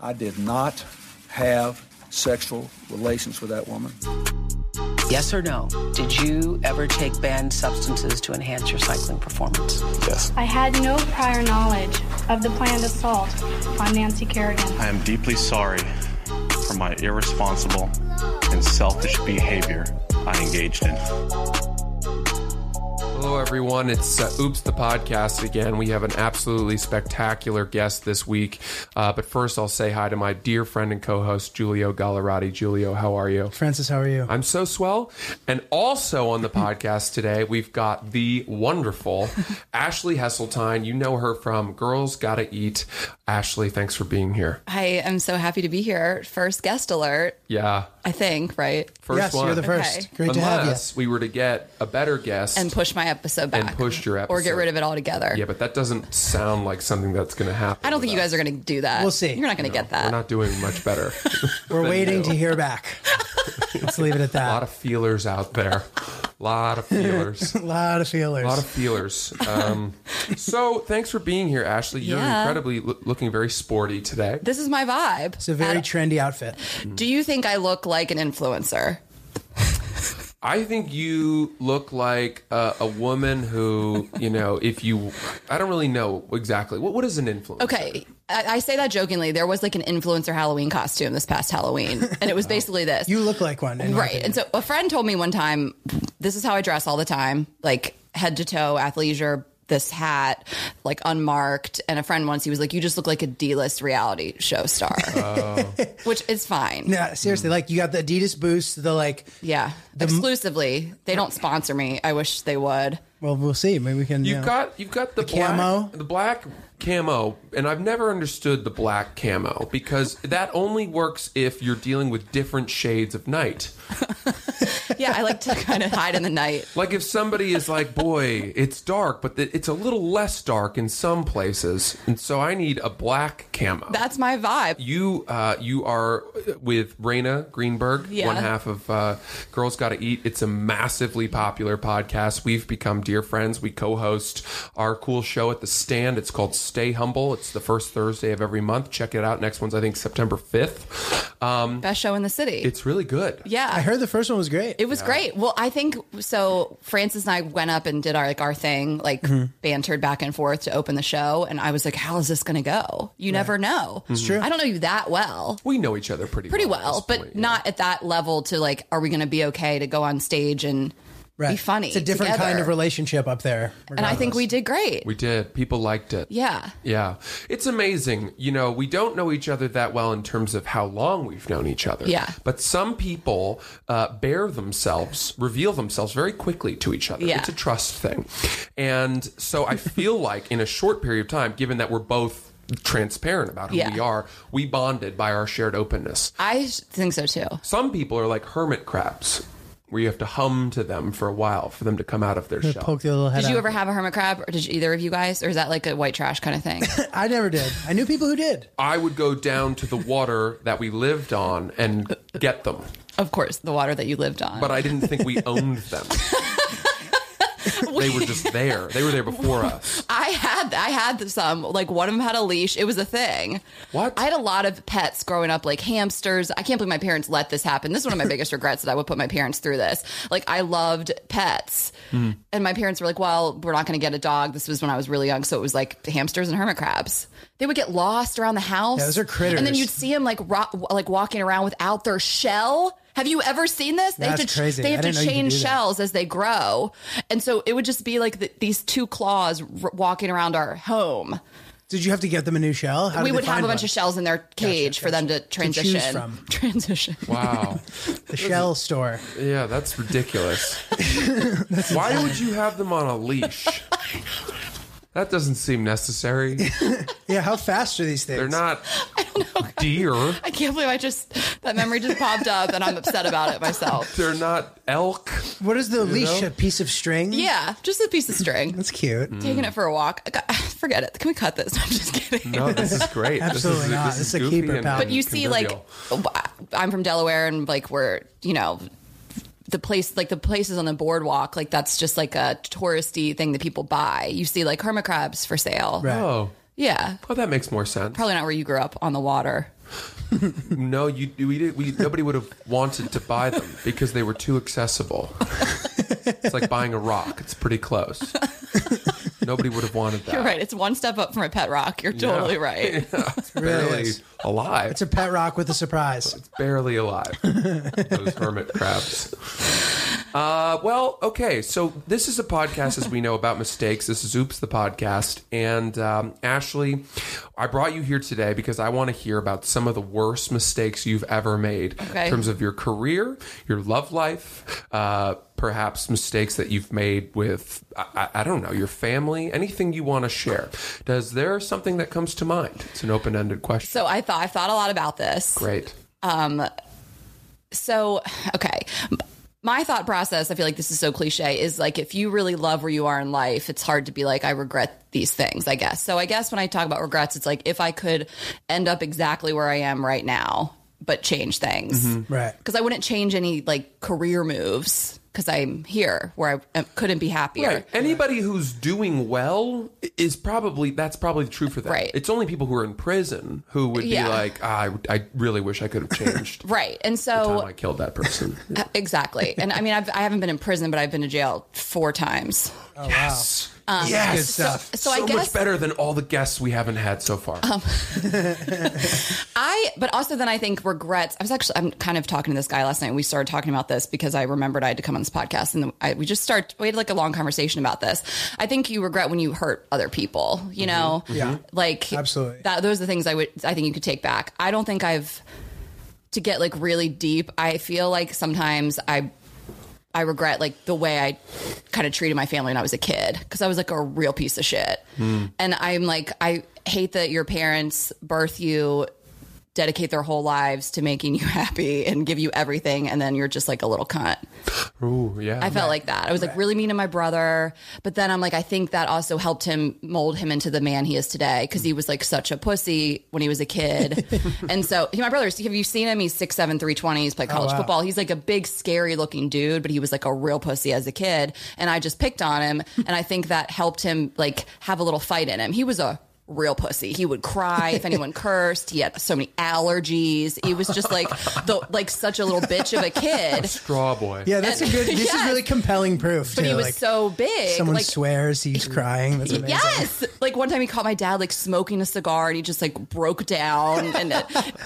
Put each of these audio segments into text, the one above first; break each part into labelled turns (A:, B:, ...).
A: I did not have sexual relations with that woman.
B: Yes or no? Did you ever take banned substances to enhance your cycling performance?
C: Yes.
D: I had no prior knowledge of the planned assault on Nancy Kerrigan.
C: I am deeply sorry for my irresponsible and selfish behavior I engaged in.
E: Hello, everyone. It's uh, Oops the Podcast again. We have an absolutely spectacular guest this week. Uh, but first, I'll say hi to my dear friend and co host, Giulio Gallerati. Giulio, how are you?
F: Francis, how are you?
E: I'm so swell. And also on the podcast today, we've got the wonderful Ashley Hesseltine. You know her from Girls Gotta Eat. Ashley, thanks for being here.
G: I am so happy to be here. First guest alert,
E: Yeah.
G: I think, right?
E: First
F: yes,
E: one.
F: you're the first.
G: Okay.
F: Great to have you.
E: Unless we were to get a better guest.
G: And push my episode back.
E: And push your
G: Or get
E: episode.
G: rid of it altogether.
E: yeah, but that doesn't sound like something that's going to happen.
G: I don't think
E: with
G: you
E: us.
G: guys are going to do that.
F: We'll see.
G: You're not going to get
E: We're
G: that.
E: not doing much better.
F: We're waiting
E: you.
F: to hear back. Let's leave it at
E: a lot
F: that.
E: of feelers out there. A lot of feelers.
F: A lot of feelers.
E: A lot of feelers. Um, so thanks for being here, Ashley. You're
G: Yeah.
E: incredibly lo- looking very sporty today.
G: This is my vibe.
F: it's a very
G: At-
F: trendy outfit.
G: do you think I look like an influencer?
E: I think you look like uh, a woman who, you know, if you, I don't really know exactly what what is an influencer.
G: Okay. I, I say that jokingly. There was like an influencer Halloween costume this past Halloween, and it was basically this.
F: Oh. You look like one. in my
G: Right.
F: opinion.
G: And so a friend told me one time, this is how I dress all the time, like head to toe, athleisure, this hat, like unmarked. And a friend once he was like, You just look like a D list reality show star. Which is fine.
F: Yeah, seriously,
E: Hmm.
F: like you got the Adidas boost, the like,
G: Yeah. Exclusively. They don't sponsor me. I wish they would.
F: well, we'll see. Maybe we can.
E: You've
F: know.
E: got you've got the, black,
F: camo?
E: the black camo, and I've never understood the black camo because that only works if you're dealing with different shades of night.
G: Yeah, I like to kind of hide in the night.
E: Like if somebody is like, "Boy, it's dark," but th- it's a little less dark in some places, and so I need a black camo.
G: That's my vibe.
E: you uh, you are uh, with Raina Greenberg,
G: Yeah.
E: one half of uh, Girls Gotta Eat. It's a massively popular podcast. We've become dear friends. We co-host our cool show at the stand. It's called Stay Humble. It's the first Thursday of every month. Check it out. Next one's I think September fifth. Um,
G: Best show in the city.
E: it's really good.
G: yeah.
F: I heard the first one was great.
G: It was great. Well, I think so. Francis and I went up and did our like our thing, like
F: Mm-hmm.
G: bantered back and forth to open the show, and I was like, "How is this going to go? You never know." It's
F: Mm-hmm. true.
G: I don't know you that well,
E: We know each other pretty
G: pretty
E: well, at
G: well,
E: this
G: but
E: point, yeah.
G: not at that level to like, are we going to be okay to go on stage and
F: right.
G: be funny?
F: It's a different
G: together?
F: kind of relationship up there.
G: And I think
F: regardless.
G: we did great.
E: We did. People liked it.
G: yeah.
E: Yeah. It's amazing. You know, we don't know each other that well in terms of how long we've known each other.
G: Yeah.
E: But some people uh, bear themselves, reveal themselves very quickly to each other.
G: Yeah.
E: It's a trust thing. And so I feel like in a short period of time, given that we're both transparent about who
G: Yeah.
E: we are, we bonded by our shared openness.
G: I sh- think so too.
E: Some people are like hermit crabs. Where you have to hum to them for a while for them to come out of their shell.
F: poke the little head.
G: Did you
F: out.
G: ever have a hermit crab, or did you, either of you guys, or is that like a white trash kind of thing?
F: I never did. I knew people who did.
E: I would go down to the water that we lived on and get them.
G: of course, the water that you lived on.
E: but I didn't think we owned them. they were just there. They were there before us.
G: I had I had some like one of them had a leash. It was a thing.
E: What?
G: I had a lot of pets growing up, like hamsters. I can't believe my parents let this happen. This is one of my biggest regrets that I would put my parents through this. Like I loved pets,
F: Mm-hmm.
G: and my parents were like, "Well, we're not going to get a dog." This was when I was really young, so it was like hamsters and hermit crabs. They would get lost around the house.
F: Yeah, those are critters.
G: And then you'd see them like ro- like walking around without their shell. Have you ever seen this? They have
F: That's
G: to,
F: crazy.
G: They have
F: I
G: to
F: didn't know you could
G: change
F: do that.
G: shells as they grow, and so it would just be like the, these two claws r- walking around our home.
F: Did you have to get them a new shell? How did
G: we
F: they
G: would have
F: find
G: a bunch
F: one?
G: of shells in their cage for them to
F: choose
G: transition.
F: from.
G: Transition.
E: Wow.
F: The shell store.
E: Yeah, that's ridiculous. Why would you have them on a leash? That doesn't seem necessary.
F: Yeah, how fast are these things?
E: They're not deer.
G: I can't believe I just that memory just popped up, and I'm upset about it myself.
E: They're not elk.
F: What is the leash?
E: know?
F: A piece of string?
G: Yeah, just a piece of string.
F: That's cute.
G: Taking it for a walk. I got- Forget it. Can we cut this? I'm just kidding.
E: No, this is great.
F: Absolutely
E: this is,
F: not.
E: This
F: It's
E: is
F: a
E: goofy
F: keeper,
E: and
F: pal.
G: But you see, like,
E: convivial.
G: I'm from Delaware, and like we're you know. The place, like the places on the boardwalk, like that's just like a touristy thing that people buy. You see, like hermit crabs for sale.
F: Right.
E: oh,
G: Yeah.
E: Oh, that makes more sense.
G: Probably not where you grew up on the water.
E: No, you we did we nobody would have wanted to buy them because they were too accessible. it's like buying a rock. It's pretty close. nobody would have wanted that.
G: You're right. It's one step up from a pet rock. You're totally right.
F: really
E: Barely
F: is.
E: alive.
F: It's a pet rock with a surprise.
E: barely alive. Those hermit crabs. Uh, well, okay. So this is a podcast, as we know, about mistakes. This is Oops the podcast, and um, Ashley, I brought you here today because I want to hear about some of the worst mistakes you've ever made
G: Okay.
E: in terms of your career, your love life, uh, perhaps mistakes that you've made with I, I I don't know your family, anything you want to share. Does there something that comes to mind? It's an open-ended question.
G: so I thought I've thought a lot about this.
E: Great.
G: so okay my thought process i feel like this is so cliche is like if you really love where you are in life it's hard to be like i regret these things i guess so i guess when i talk about regrets it's like if i could end up exactly where i am right now but change things
E: Mm-hmm.
F: Right.
G: because i wouldn't change any like career moves because i'm here where i uh, couldn't be happier
E: Right. Anybody who's doing well is probably that's probably true for them.
G: Right.
E: It's only people who are in prison who would
G: Yeah.
E: be like, ah, I, I really wish I could have changed.
G: Right. and
E: Time
G: so
E: I killed that person.
G: uh, exactly and i mean I've, i haven't been in prison but i've been to jail four times
F: Oh,
E: yes. yes.
F: Good stuff.
G: Um, so, i
E: so
G: guess Um,
E: much better than all the guests we haven't had so far.
G: I, but also then I think regrets. I was actually, I'm kind of talking to this guy last night. and We started talking about this because I remembered I had to come on this podcast and I, we just start, we had like a long conversation about this. I think you regret when you hurt other people, you know?
F: Yeah.
G: Like,
F: Absolutely.
G: That, those are the things I would, I think you could take back. I don't think I've, to get like really deep, I feel like sometimes I, I regret like the way I kind of treated my family when I was a kid because I was like a real piece of shit. And I'm like, I hate that your parents birth you, dedicate their whole lives to making you happy and give you everything. And then you're just like a little cunt.
E: Ooh, yeah.
G: I felt like that. I was like really mean to my brother, but then I'm like, I think that also helped him mold him into the man he is today because he was like such a pussy when he was a kid, and so he, my brother. Have you seen him? He's six seven, three twenty. He's played college
F: wow.
G: football. He's like a big, scary looking dude, but he was like a real pussy as a kid, and I just picked on him, and I think that helped him like have a little fight in him. He was a real pussy. He would cry if anyone cursed. He had so many allergies. He was just like the like such a little bitch of a kid.
E: Straw boy.
F: Yeah, that's a good. This is
G: Yes.
F: really compelling proof.
G: But
F: too,
G: he was
F: like,
G: so big.
F: Someone
G: like,
F: swears, he's crying. That's amazing.
G: Yes. Like one time he caught my dad like smoking a cigar and he just like broke down. And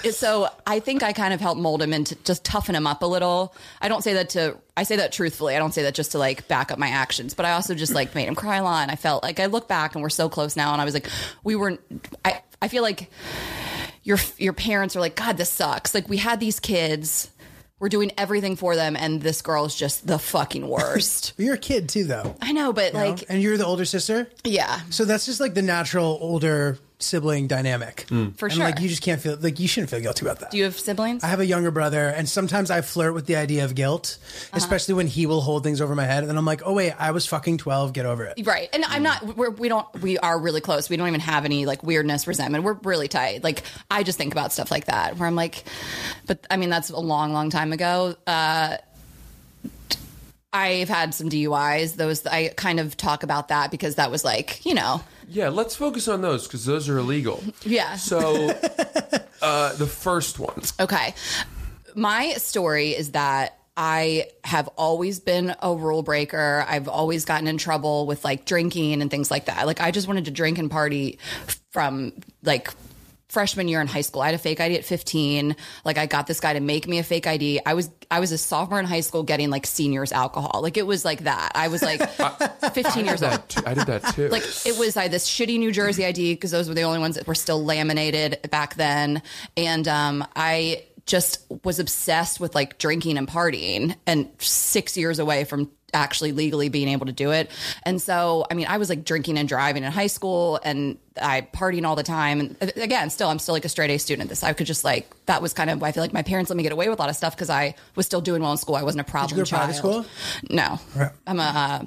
G: it, so I think I kind of helped mold him and to just toughen him up a little. I don't say that to, I say that truthfully. I don't say that just to like back up my actions, but I also just like made him cry a lot. And I felt like I look back and we're so close now. And I was like, we were, I, I feel like your, your parents are like, God, this sucks. Like we had these kids. We're doing everything for them, and this girl's just the fucking worst.
F: But you're a kid too, though.
G: I know, but
F: you know?
G: like,
F: and you're the older sister.
G: yeah.
F: So that's just like the natural older sibling dynamic.
G: For
F: and
G: sure.
F: Like you just can't feel like you shouldn't feel guilty about that.
G: Do you have siblings?
F: I have a younger brother, and sometimes I flirt with the idea of guilt,
G: Uh-huh.
F: especially when he will hold things over my head, and then I'm like, "Oh wait, I was fucking twelve. Get over it."
G: Right. And I'm not, we're, we don't, we are really close. We don't even have any like weirdness, resentment. We're really tight. Like, I just think about stuff like that where I'm like, but I mean, that's a long, long time ago. Uh, I've had some DUIs. Those, I kind of talk about that because that was like, you know,
E: Yeah, let's focus on those because those are illegal.
G: Yeah.
E: So uh, the first one.
G: Okay. My story is that I have always been a rule breaker. I've always gotten in trouble with like drinking and things like that. Like I just wanted to drink and party from like freshman year in high school. I had a fake ID at 15. Like I got this guy to make me a fake ID. I was I was a sophomore in high school getting like seniors alcohol. Like it was like that. I was like 15 years old
E: That too- I did that too.
G: like it was I had this shitty New Jersey ID because those were the only ones that were still laminated back then, and um, I just was obsessed with like drinking and partying, and six years away from actually legally being able to do it, and so I mean I was like drinking and driving in high school, and I partying all the time, and uh, again still I'm still like a straight A student. This I could just like that was kind of I feel like my parents let me get away with a lot of stuff because I was still doing well in school. I wasn't a problem
F: go to private school?
G: child. No, I'm a. Uh,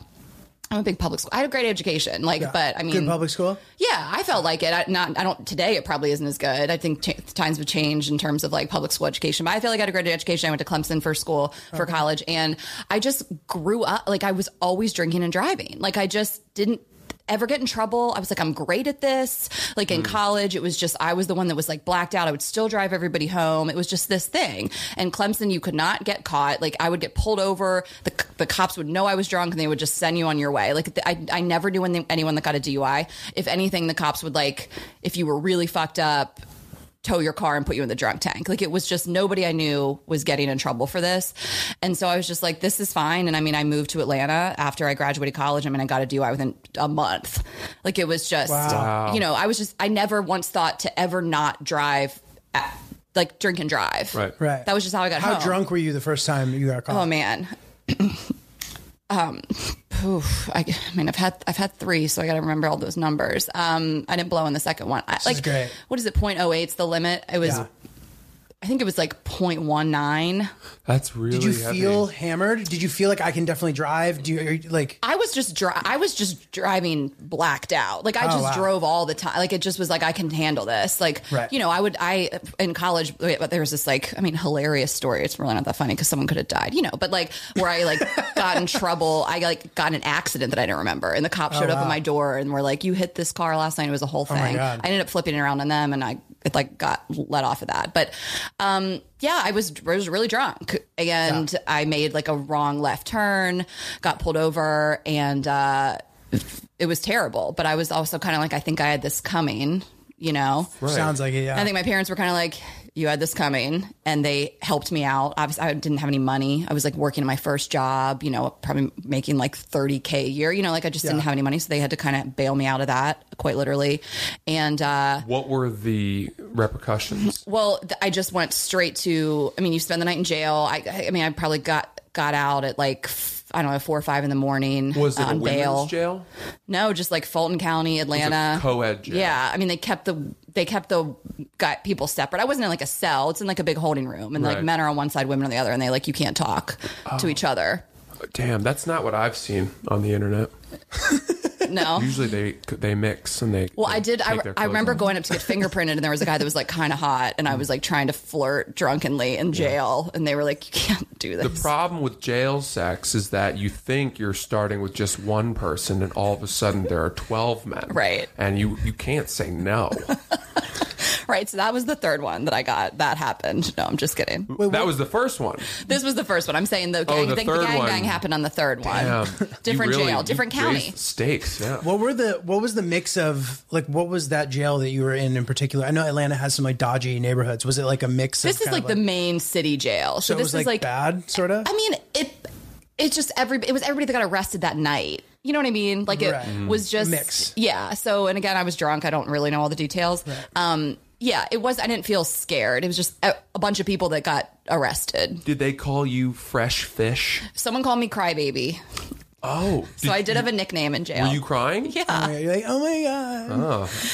G: I'm a big public school. I had a great education, like, but I mean,
F: good public school.
G: Yeah, I felt like it. I, not, I don't today. It probably isn't as good. I think ch- times have changed in terms of like public school education. But I feel like I had a great education. I went to Clemson for school for college, and I just grew up. Like I was always drinking and driving. Like I just didn't. ever get in trouble. I was like, I'm great at this. Like
F: Mm.
G: in college, it was just, I was the one that was like blacked out. I would still drive everybody home. It was just this thing. And Clemson, you could not get caught. Like I would get pulled over. The, c- the cops would know I was drunk and they would just send you on your way. Like the, I, I never knew any- anyone that got a DUI. If anything, the cops would like, if you were really fucked up, tow your car and put you in the drunk tank. Like it was just nobody I knew was getting in trouble for this. And so I was just like, this is fine. And I mean, I moved to Atlanta after I graduated college. I mean, I got a DUI within a month. Like it was just, you know, I was just, I never once thought to ever not drive, at, like drink and drive.
E: Right.
F: Right.
G: That was just how I got
F: How
G: home.
F: drunk were you the first time you got caught?
G: Oh man. um, oof, I, I mean, I've had I've had three, so I got to remember all those numbers. Um, I didn't blow on the second one. I,
F: is
G: like,
F: great.
G: what is it? 0.08 is the limit. It was,
F: Yeah.
G: I think it was like 0.19.
E: That's really.
F: Did you
E: heavy.
F: feel hammered? Did you feel like I can definitely drive? Do you are you- like?
G: I was just dri- I was just driving blacked out. Like I just
F: Oh, wow.
G: drove all the time. Like it just was like I can handle this. Like
F: Right.
G: you know, I would I in college but there was this like I mean hilarious story. It's really not that funny cuz someone could have died, you know, but like where I like got in trouble. I like got in an accident that I don't remember and the cop
F: Oh,
G: showed up at my door and were like you hit this car last night. It was a whole thing.
F: God.
G: I ended up flipping it around on them and I it like got let off of that. But um yeah, I was I was really drunk and I made like a wrong left turn, got pulled over and uh it was terrible, but I was also kind of like I think I had this coming, you know.
F: Sounds like it. Yeah.
G: I think my parents were kind of like, you had this coming, and they helped me out. Obviously, I didn't have any money. I was like working my first job, you know, probably making like 30K a year. You know, like I just didn't have any money. So they had to kind of bail me out of that, quite literally. And, uh,
E: What were the repercussions?
G: well, th- I just went straight to, I mean, you spend the night in jail. I, I mean, I probably got, got out at like, f- I don't know, four or five in the morning
E: Was it
G: on
E: a women's
G: bail.
E: jail?
G: No, just like Fulton County, Atlanta,
E: co-ed jail.
G: Yeah, I mean they kept the they kept the got people separate. I wasn't in like a cell; it's in like a big holding room, and like
E: Right.
G: men are on one side, women on the other, and they like you can't talk to each other.
E: Damn, that's not what I've seen on the internet.
G: No.
E: Usually they they mix and they.
G: Oh. Well, I did. I, I remember going up to get fingerprinted, and there was a guy that was like kind of hot, and I
E: Mm.
G: was like trying to flirt drunkenly in jail, and they were like, "You can't do
E: The
G: this."
E: problem with jail sex is that you think you're starting with just one person, and all of a sudden there are twelve men.
G: Right.
E: And you you can't say no.
G: right. So that was the third one that I got. That happened. No, I'm just kidding.
E: that was the first one.
G: This was the first one. I'm saying the gang,
E: Oh, the
G: the,
E: third
G: gang
E: one.
G: bang happened on the third
E: Damn,
G: one.
E: Um, you
G: different
E: really-
G: jail,
E: you
G: different county.
E: raised the stakes. Yeah.
F: what were the what was the mix of like what was that jail that you were in in particular? I know Atlanta has some like dodgy neighborhoods. Was it like a mix?
G: This
F: of
G: is
F: kind
G: like,
F: of,
G: the main city jail.
F: so
G: So,
F: it
G: this
F: was
G: is like,
F: bad sort of.
G: I mean, it it's just every it was everybody that got arrested that night. You know what I mean? Like it
F: Right. Mm-hmm.
G: was just
F: Mix.
G: Yeah. So and again, I was drunk. I don't really know all the details. Um yeah, it was I didn't feel scared. It was just a, a bunch of people that got arrested.
E: Did they call you fresh fish?
G: Someone called me crybaby.
E: Oh,
G: So I did have a nickname in jail.
E: Were you crying? Yeah.
F: Oh my God, You're like, oh my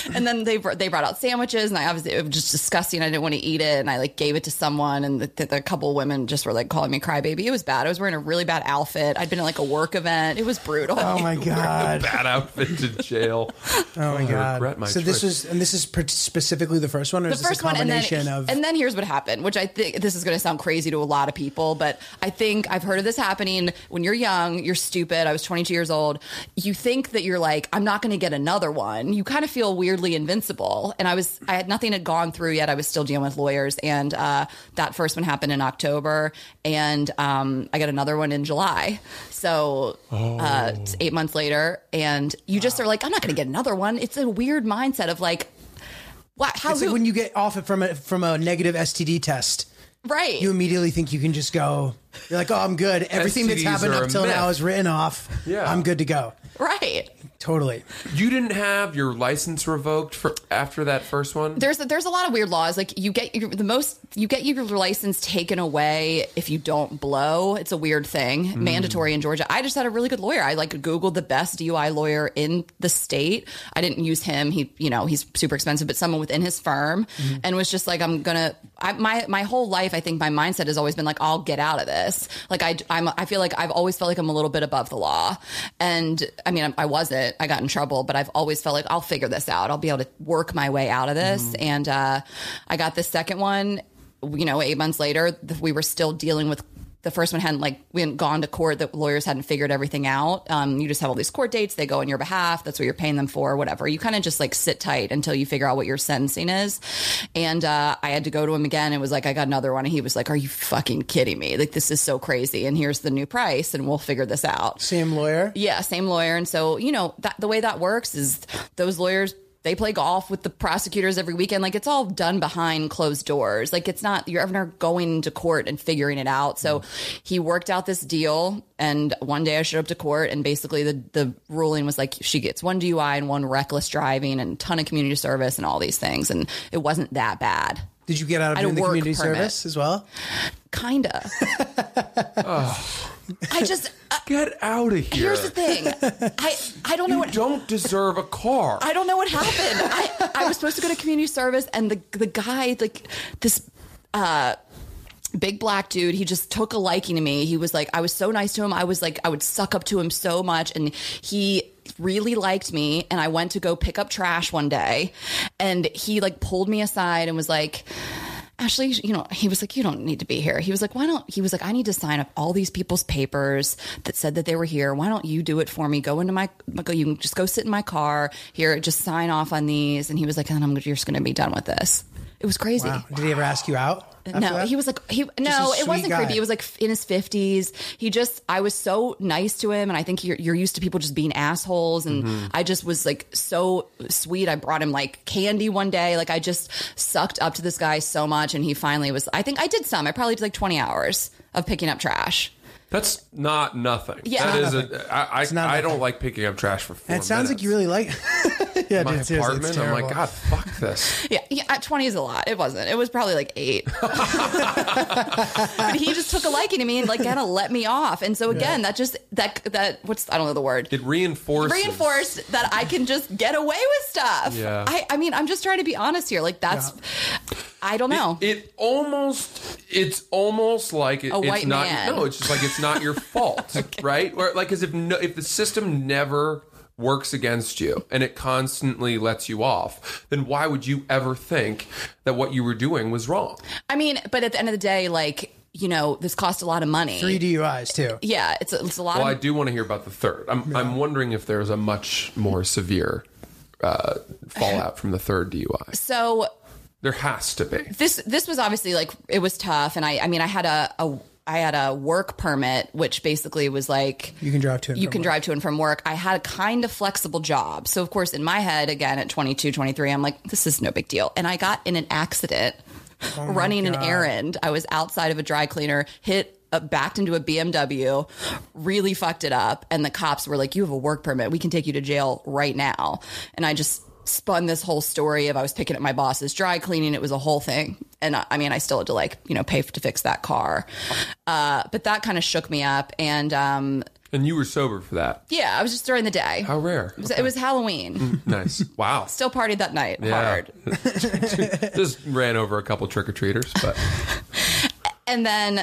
F: god.
G: and then they br- they brought out sandwiches, and I obviously it was just disgusting. I didn't want to eat it, and I like gave it to someone, and the, the, the couple women just were like calling me crybaby. It was bad. I was wearing a really bad outfit. I'd been in like a work event. It was brutal.
F: Oh my god.
E: Bad outfit to jail.
F: Oh my
E: I regret my
F: god. So this was
E: choice.
F: and this is per- specifically the first one, or
G: the
F: is this a
G: first one, and then
F: combination of?
G: and then here's what happened, which I think this is going to sound crazy to a lot of people, but I think I've heard of this happening when you're young, you're stupid. I was 22 years old. You think that you're like, I'm not going to get another one. You kind of feel weirdly invincible. And I was, I had nothing had gone through yet. I was still dealing with lawyers, and uh, that first one happened in October, and um, I got another one in July. So uh,
F: Oh.
G: it's eight months later, and you just are like, I'm not going to get another one. It's a weird mindset of like. What, how
F: it's like
G: who-
F: when you get off it from a from a negative STD test.
G: Right.
F: you immediately think you can just go. You're like, oh, I'm good. Everything that's
E: STDs
F: happened
E: are
F: up
E: a
F: till now
E: myth.
F: is written off.
E: Yeah.
F: I'm good to go.
G: right.
F: Totally.
E: You didn't have your license revoked for after that first one.
G: There's there's a lot of weird laws. Like you get your, the most you get your license taken away if you don't blow. It's a weird thing. Mandatory in Georgia. I just had a really good lawyer. I like googled the best DUI lawyer in the state. I didn't use him. He you know, he's super expensive, but someone within his firm and was just like I'm going to I, my my whole life I think my mindset has always been like I'll get out of this. Like I I'm I feel like I've always felt like I'm a little bit above the law. And I mean I wasn't. I got in trouble, but I've always felt like I'll figure this out. I'll be able to work my way out of this. And uh I got the second one, you know, 8 months later, th- we were still dealing with the first one hadn't like we hadn't gone to court. The lawyers hadn't figured everything out. Um, you just have all these court dates. They go on your behalf. That's what you're paying them for. Whatever. You kind of just like sit tight until you figure out what your sentencing is. And uh, I had to go to him again. It was like I got another one, and he was like, "Are you fucking kidding me? Like this is so crazy. And here's the new price, and we'll figure this out."
F: Same lawyer.
G: Yeah, same lawyer. And so, you know, that, the way that works is those lawyers, they play golf with the prosecutors every weekend. Like it's all done behind closed doors. Like it's not, you're ever going into court and figuring it out. So he worked out this deal. And one day I showed up to court and basically the, the ruling was like, she gets one DUI and one reckless driving and ton of community service and all these things. And it wasn't that bad.
F: Did you get out of
G: I had a
F: doing the
G: work
F: community
G: permit.
F: service as well?
G: Kinda. I just, uh,
E: Get out of here.
G: here's the thing. I, I don't know
E: you
G: what.
E: don't deserve a car.
G: I don't know what happened. I, I was supposed to go to community service, and the the guy, like this uh, big black dude, he just took a liking to me. He was like, I was so nice to him. I was like, I would suck up to him so much, and he really liked me. And I went to go pick up trash one day, and he like pulled me aside and was like. Ashley, you know, he was like, you don't need to be here. He was like, why don't, he was like, I need to sign up all these people's papers that said that they were here. Why don't you do it for me? Go into my, go, you can just go sit in my car here, just sign off on these. And he was like, and I'm just going to be done with this. It was crazy.
F: Wow. Did he ever ask you out? after
G: No,
F: that?
G: he was like he.
F: a
G: No,
F: sweet
G: it wasn't
F: guy.
G: creepy. It was like f- in his fifties. He just. I was so nice to him, and I think you're, you're used to people just being assholes, and
F: Mm-hmm.
G: I just was like so sweet. I brought him like candy one day. Like I just sucked up to this guy so much, and he finally was. I think I did some. I probably did like twenty hours of picking up trash.
E: That's not nothing.
G: Yeah.
E: that
G: It's
E: is a. I,
F: not
E: I, I don't
F: nothing.
E: like picking up trash for four.
F: And it sounds like
E: minutes.
F: you really like. yeah,
E: my
F: dude, seriously, it's
E: apartment. I'm like,
F: terrible.
E: God, fuck this.
G: Yeah, yeah at 20 is a lot. It wasn't. It was probably like eight. but he just took a liking to me and like kind of let me off. And so again, that just that that what's I don't know the word.
E: It reinforces.
G: reinforced that I can just get away with stuff.
E: Yeah.
G: I, I mean, I'm just trying to be honest here. Like that's, I don't know.
E: It almost, it's almost like it,
G: A white
E: it's not.
G: man.
E: No, it's just like it's not your fault, right? Or like, because if no, if the system never works against you and it constantly lets you off, then why would you ever think that what you were doing was wrong?
G: I mean, but at the end of the day, like, you know, this cost a lot of money.
F: three DUIs too.
G: yeah, it's a, it's a lot
E: Well, I
G: of
E: do want to hear about the third. I'm, I'm wondering if there's a much more severe uh, fallout from the third DUI.
G: so
E: There has to be.
G: this this was obviously like it was tough, and I I mean I had a, a I had a work permit, which basically was like
F: You can drive to and
G: you
F: from
G: can
F: work.
G: drive to and from work. I had a kind of flexible job. So, of course, in my head, again, at 22, 23, I'm like, this is no big deal. And I got in an accident
E: Oh
G: running an errand. I was outside of a dry cleaner, hit. Uh, backed into a BMW, really fucked it up. And the cops were like, You have a work permit. We can take you to jail right now. And I just spun this whole story of I was picking up my boss's dry cleaning. It was a whole thing. And I, I mean, I still had to like, you know, pay f- to fix that car. Uh, but that kind of shook me up. And um,
E: And you were sober for that.
G: yeah, I was just during the day.
E: How rare.
G: It was, it was Halloween.
E: Nice. Wow.
G: Still partied that night
E: Yeah.
G: hard.
E: Just ran over a couple trick or treaters, but
G: And then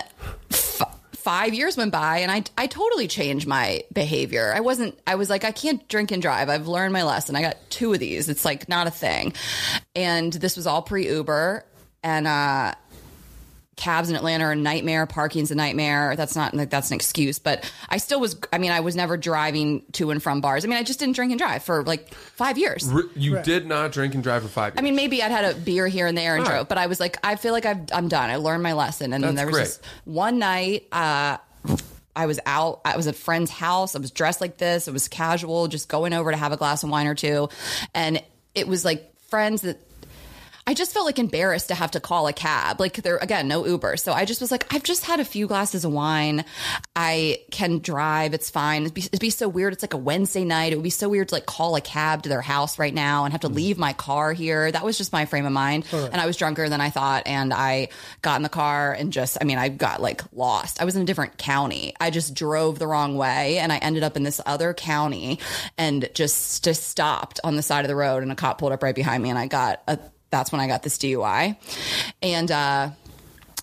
G: f- five years went by, and I I totally changed my behavior. I wasn't. I was like, I can't drink and drive. I've learned my lesson. I got two of these. It's like not a thing. And this was all pre Uber, and uh, cabs in Atlanta are a nightmare. Parking's a nightmare. That's not like that's an excuse, but I still was. I mean, I was never driving to and from bars. I mean, I just didn't drink and drive for like five years.
E: R- you did not drink and drive for five years.
G: I mean, maybe I'd had a beer here and there and
E: All right.
G: drove, but I was like, I feel like I've, I'm done. I learned my lesson. And then there
E: That's
G: was
E: great.
G: this one night, uh, I was out, I was at a friend's house. I was dressed like this. It was casual, just going over to have a glass of wine or two. And it was like friends that I just felt like embarrassed to have to call a cab. Like there again, no Uber. So I just was like, I've just had a few glasses of wine. I can drive. It's fine. It'd be, it'd be so weird. It's like a Wednesday night. It would be so weird to like call a cab to their house right now and have to leave my car here. That was just my frame of mind. And I was drunker than I thought. And I got in the car and just, I mean, I got like lost. I was in a different county. I just drove the wrong way and I ended up in this other county and just, just stopped on the side of the road and a cop pulled up right behind me and I got a that's when I got this DUI. And uh,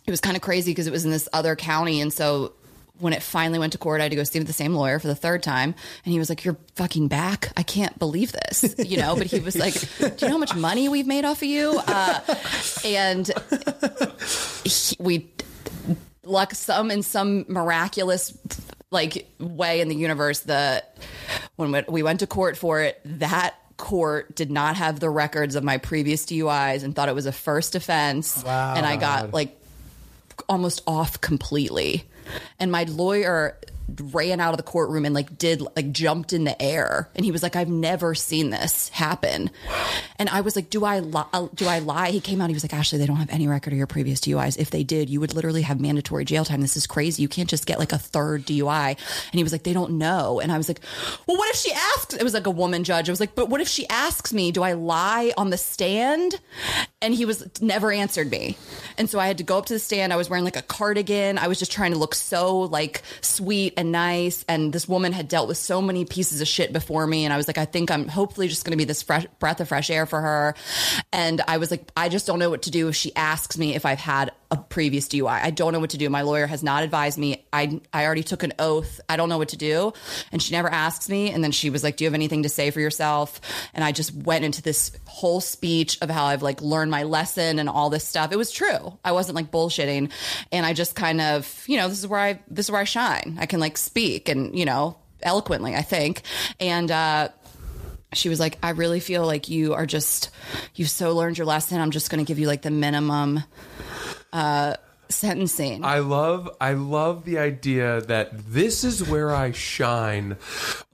G: it was kind of crazy because it was in this other county. And so when it finally went to court, I had to go see the same lawyer for the third time. And he was like, You're fucking back. I can't believe this. You know, but he was like, Do you know how much money we've made off of you? Uh, and he, we. like some in some miraculous like way in the universe that when we- we went to court for it, that court did not have the records of my previous DUIs and thought it was a first offense.
F: Wow.
G: And I got like almost off completely. And my lawyer ran out of the courtroom and like did like jumped in the air and he was like I've never seen this happen. And I was like do I li- uh, do I lie? He came out he was like Ashley they don't have any record of your previous DUIs. If they did, you would literally have mandatory jail time. This is crazy. You can't just get like a third DUI. And he was like they don't know. And I was like well what if she asks? It was like a woman judge. I was like but what if she asks me do I lie on the stand? And he was never answered me. And so I had to go up to the stand. I was wearing like a cardigan. I was just trying to look so like sweet and nice. And this woman had dealt with so many pieces of shit before me. And I was like, I think I'm hopefully just going to be this fresh breath of fresh air for her. And I was like, I just don't know what to do if she asks me if I've had a previous DUI. I don't know what to do. My lawyer has not advised me. I I already took an oath. I don't know what to do. And she never asks me. And then she was like, "Do you have anything to say for yourself?" And I just went into this whole speech of how I've like learned my lesson and all this stuff. It was true. I wasn't like bullshitting. And I just kind of, you know, this is where I this is where I shine. I can like speak and, you know, eloquently, I think. And uh she was like, I really feel like you are just, you've so learned your lesson. I'm just going to give you like the minimum uh, sentencing.
E: I love I love the idea that this is where I shine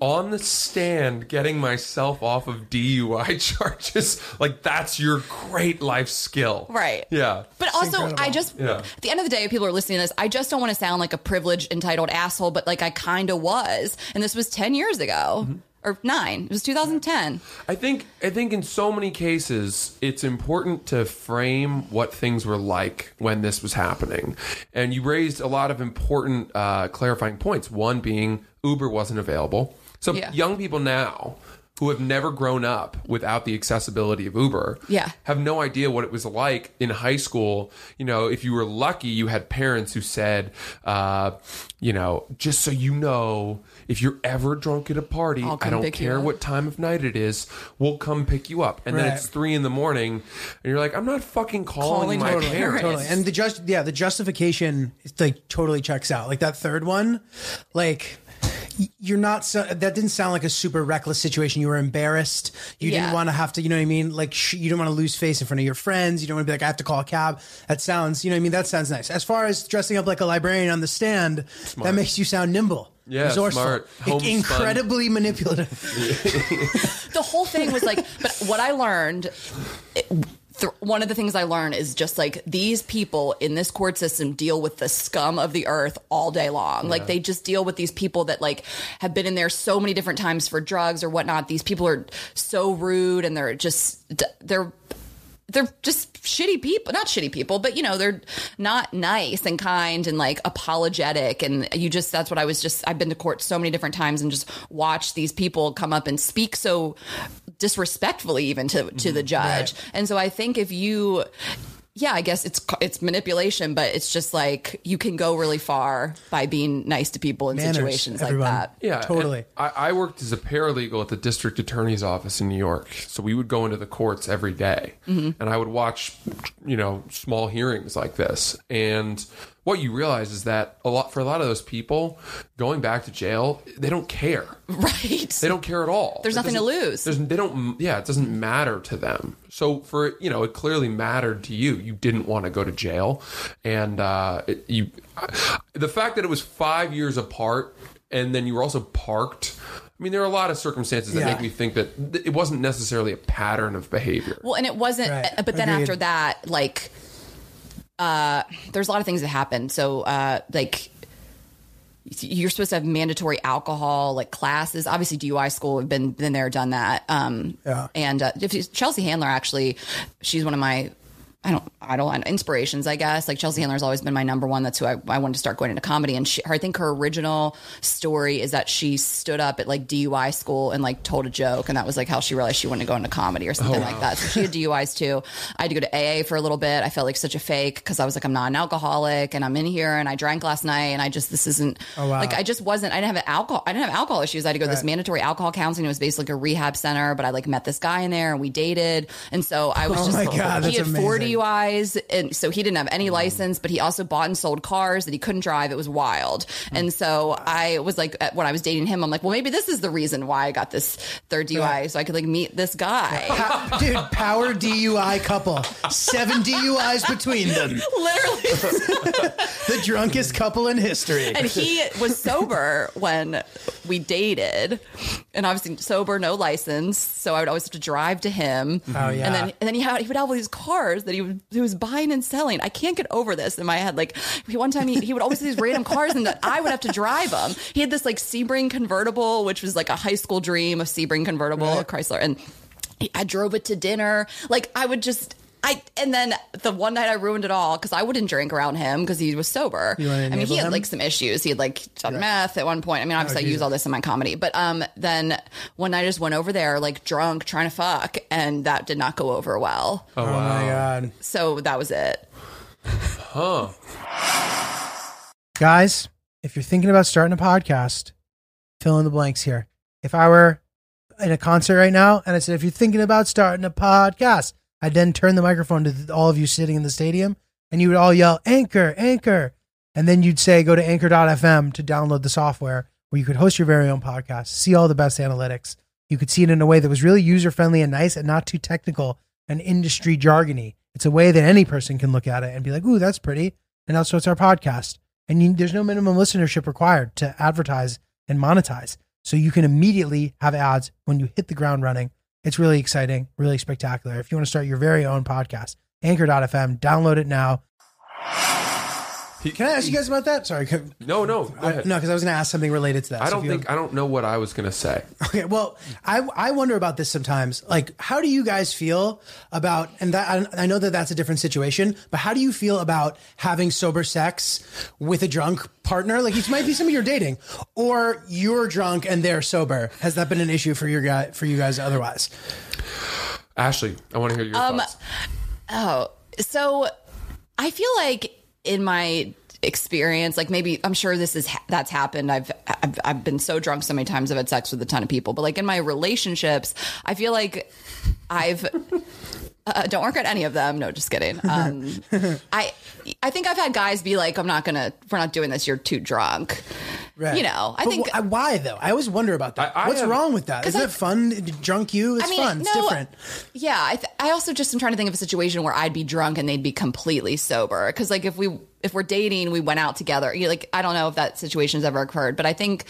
E: on the stand getting myself off of DUI charges like that's your great life skill.
G: Right.
E: Yeah.
G: But also, I just
E: Yeah.
G: at the end of the day, if people are listening to this. I just don't want to sound like a privileged, entitled asshole, but like I kind of was, and this was ten years ago or nine. It was 2010.
E: I think I think in so many cases it's important to frame what things were like when this was happening, and you raised a lot of important uh, clarifying points. One being Uber wasn't available, so
G: Yeah.
E: young people now who have never grown up without the accessibility of Uber,
G: Yeah.
E: have no idea what it was like in high school. You know, if you were lucky, you had parents who said, uh, you know, just so you know, if you're ever drunk at a party,
G: I'll come
E: I don't
G: pick you
E: care
G: up."
E: what time of night it is, we'll come pick you up. And then
F: Right.
E: it's three in the morning, and you're like, I'm not fucking calling,
G: Calling
E: my
G: totally,
E: parents.
F: Totally. And the just yeah, the justification it's, like totally checks out. Like that third one, like y- you're not so that didn't sound like a super reckless situation. You were embarrassed. You
G: Yeah.
F: didn't want to have to, you know what I mean? Like sh- you don't want to lose face in front of your friends. You don't want to be like I have to call a cab. That sounds, you know what I mean? That sounds nice. As far as dressing up like a librarian on the stand, that makes you sound nimble.
E: Yeah,
F: resourceful,
E: smart,
F: like,
E: homespun.
F: incredibly manipulative.
G: The whole thing was like, but what I learned. it- th- one of the things I learned is just like these people in this court system deal with the scum of the earth all day long. Like they just deal with these people that like have been in there so many different times for drugs or whatnot. These people are so rude and they're just they're they're just shitty people not shitty people but you know they're not nice and kind and like apologetic and you just that's what i was just i've been to court so many different times and just watched these people come up and speak so disrespectfully even to to
F: Mm-hmm.
G: the judge and so i think if you yeah i guess it's it's manipulation but it's just like you can go really far by being nice to people in
F: Manners,
G: situations
F: everyone.
G: like that
E: Yeah,
F: Totally.
E: and I, I worked as a paralegal at the district attorney's office in New York, so we would go into the courts every day, and I would watch, you know, small hearings like this. And what you realize is that a lot for a lot of those people, going back to jail, they don't care.
G: right
E: They don't care at all.
G: There's
E: It
G: nothing to
E: doesn't-
G: lose.
E: There's, they don't. Yeah, it doesn't matter to them. So for you know, it clearly mattered to you. You didn't want to go to jail, and uh, it, you, the fact that it was five years apart, and then you were also parked. I mean, there are a lot of circumstances that
F: Yeah.
E: make me think that th- it wasn't necessarily a pattern of behavior.
G: Well, and it wasn't.
F: Right.
G: uh, But then
F: Agreed.
G: after that, like, uh, there's a lot of things that happen. So, uh, like, you're supposed to have mandatory alcohol like classes. Obviously, DUI school have been been there, done that. Um,
F: Yeah.
G: And uh, if you- Chelsea Handler actually, she's one of my. I don't, I don't, inspirations, I guess. Like Chelsea Handler's always been my number one. That's who I, I wanted to start going into comedy. And she, her, I think her original story is that she stood up at like DUI school and like told a joke. And that was like how she realized she wanted to go into comedy or something like that. So she had DUIs too. I had to go to AA for a little bit. I felt like such a fake because I was like, I'm not an alcoholic and I'm in here and I drank last night and I just, this isn't
F: Oh, wow.
G: like, I just wasn't, I didn't have an alcohol, I didn't have alcohol issues. I had to go to this
F: Right.
G: mandatory alcohol counseling. It was basically like a rehab center, but I like met this guy in there and we dated. And so I was
F: Oh
G: just,
F: my God,
G: he
F: that's
G: had 40
F: amazing. Mm.
G: DUIs, and so he didn't have any license. But he also bought and sold cars that he couldn't drive. It was wild.
F: Mm.
G: And so I was like, at- when I was dating him, I'm like, well, maybe this is the reason why I got this third DUI, so I could like meet this guy.
H: Pa- dude, power DUI couple. Seven DUIs between them.
G: Literally.
H: The drunkest couple in history.
G: and he was sober when we dated and obviously sober no license so i would always have to drive to him
H: Oh, yeah.
G: and then and then he, had, he would have all these cars that he, would, he was buying and selling i can't get over this in my head like he, one time he, he would always have these random cars and that i would have to drive them he had this like sebring convertible which was like a high school dream of sebring convertible
H: Right.
G: chrysler and he- i drove it to dinner like i would just I, and then the one night I ruined it all because I wouldn't drink around him because he was sober.
H: You wanna
G: I mean,
H: enable
G: he had
H: him? Oh,
G: like some issues. He had like done meth at one point. I mean, obviously, I use all this in my comedy, but um, then one night I just went over there like drunk, trying to fuck, and that did not go over well.
H: oh my God.
G: So that was it.
H: Guys, if you're thinking about starting a podcast, fill in the blanks here. If I were in a concert right now and I said, if you're thinking about starting a podcast, I'd then turn the microphone to th- all of you sitting in the stadium and you would all yell, Anchor, Anchor. And then you'd say, go to anchor.fm to download the software where you could host your very own podcast, see all the best analytics. You could see it in a way that was really user friendly and nice and not too technical and industry jargony. It's a way that any person can look at it and be like, ooh, that's pretty. And also, it's our podcast. And you, there's no minimum listenership required to advertise and monetize. So you can immediately have ads when you hit the ground running. It's really exciting, really spectacular. If you want to start your very own podcast, anchor.fm, download it now. Can I ask you guys about that? Sorry. could-
E: No, no, go
H: I, no,
E: ahead.
H: because I was going to ask something related to that.
E: I
H: So if
E: don't
H: you-
E: think I don't know what I was gonna say.
H: Okay, well, I I wonder about this sometimes. Like, how do you guys feel about? And that I, I know that that's a different situation, but how do you feel about having sober sex with a drunk partner? Like, it might be somebody you're dating, or you're drunk and they're sober. Has that been an issue for your guy for you guys otherwise?
E: Ashley, I want to hear your
G: Um,
E: thoughts.
G: So I feel like in my experience, like maybe I'm sure this is ha- that's happened. I've, I've I've been so drunk so many times I've had sex with a ton of people, but like in my relationships, I feel like I've. Uh, don't work at any of them. No, just kidding. Um, I I think I've had guys be like, "I'm not gonna. We're not doing this. You're too drunk." You know, I
H: But
G: think
H: wh- why though? I always wonder about that.
E: I- I
H: What's
E: have-
H: wrong with that?
G: 'Cause
H: Isn't
G: I-
H: it fun? Drunk you? It's fun. It's different.
G: Yeah, I, th- I also just am trying to think of a situation where I'd be drunk and they'd be completely sober. Because like if we if we're dating, we went out together. You know, like I don't know if that situation's ever occurred, but I think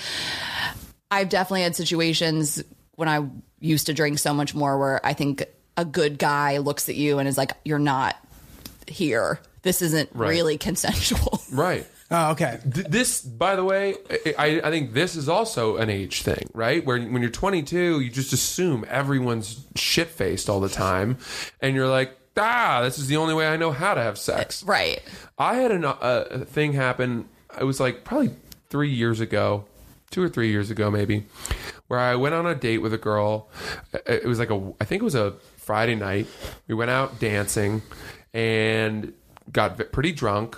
G: I've definitely had situations when I used to drink so much more where I think a good guy looks at you and is like, "You're not here. This isn't
E: Right.
G: really consensual."
E: Right.
H: Oh, okay.
E: Th- this, by the way, I, I think this is also an age thing, right? Where when you're 22, you just assume everyone's shit faced all the time, and you're like, ah, this is the only way I know how to have sex.
G: right.
E: I had an, uh, a thing happen. It was like probably three years ago, two or three years ago, maybe, where I went on a date with a girl. It it was like a, I think it was a Friday night. We went out dancing and got v- pretty drunk,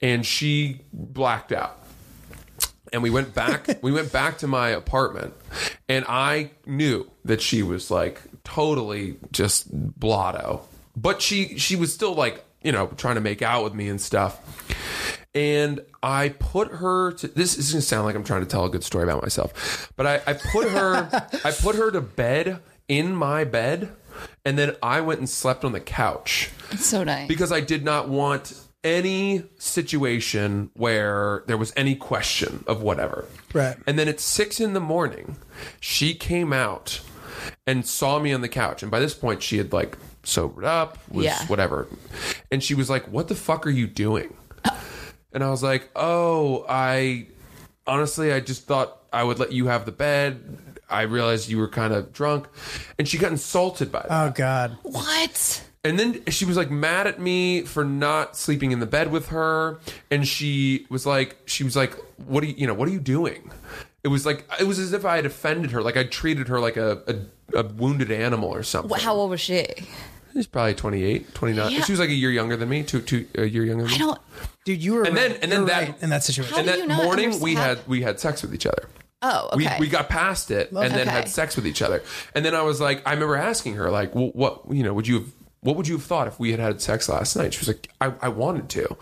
E: and she blacked out and we went back we went back to my apartment and i knew that she was like totally just blotto but she she was still like you know trying to make out with me and stuff and i put her to this is going to sound like i'm trying to tell a good story about myself but i, I put her i put her to bed in my bed and then i went and slept on the couch
G: It's so nice.
E: because I did not want any situation where there was any question of whatever.
H: Right.
E: And then at six in the morning, she came out and saw me on the couch. And by this point, she had like sobered up, was
G: Yeah.
E: whatever. And she was like, What the fuck are you doing? And I was like, Oh, I honestly, I just thought I would let you have the bed. I realized you were kind of drunk. And she got insulted by that.
H: Oh God.
G: what?
E: And then she was like mad at me for not sleeping in the bed with her, and she was like, she was like, "What are you, you know, what are you doing?" It was like it was as if I had offended her, like I treated her like a a, a wounded animal or something.
G: Wh- How old was she?
E: She's probably 28, 29.
G: Yeah.
E: She was like a year younger than me, two two a year younger. Than me.
G: I don't.
H: Dude, you were
E: And then-
H: right.
E: and then
H: You're
E: that-
H: right in that situation.
G: How
E: And
G: do
E: that
G: you not
E: morning we
G: understand-
E: had we had sex with each other.
G: Oh,
E: We,
G: okay.
E: we got past it and then
G: Okay.
E: had sex with each other. And then I was like, I remember asking her, like, well, what, you know, would you have What would you have thought if we had had sex last night? She was like, I, I wanted to.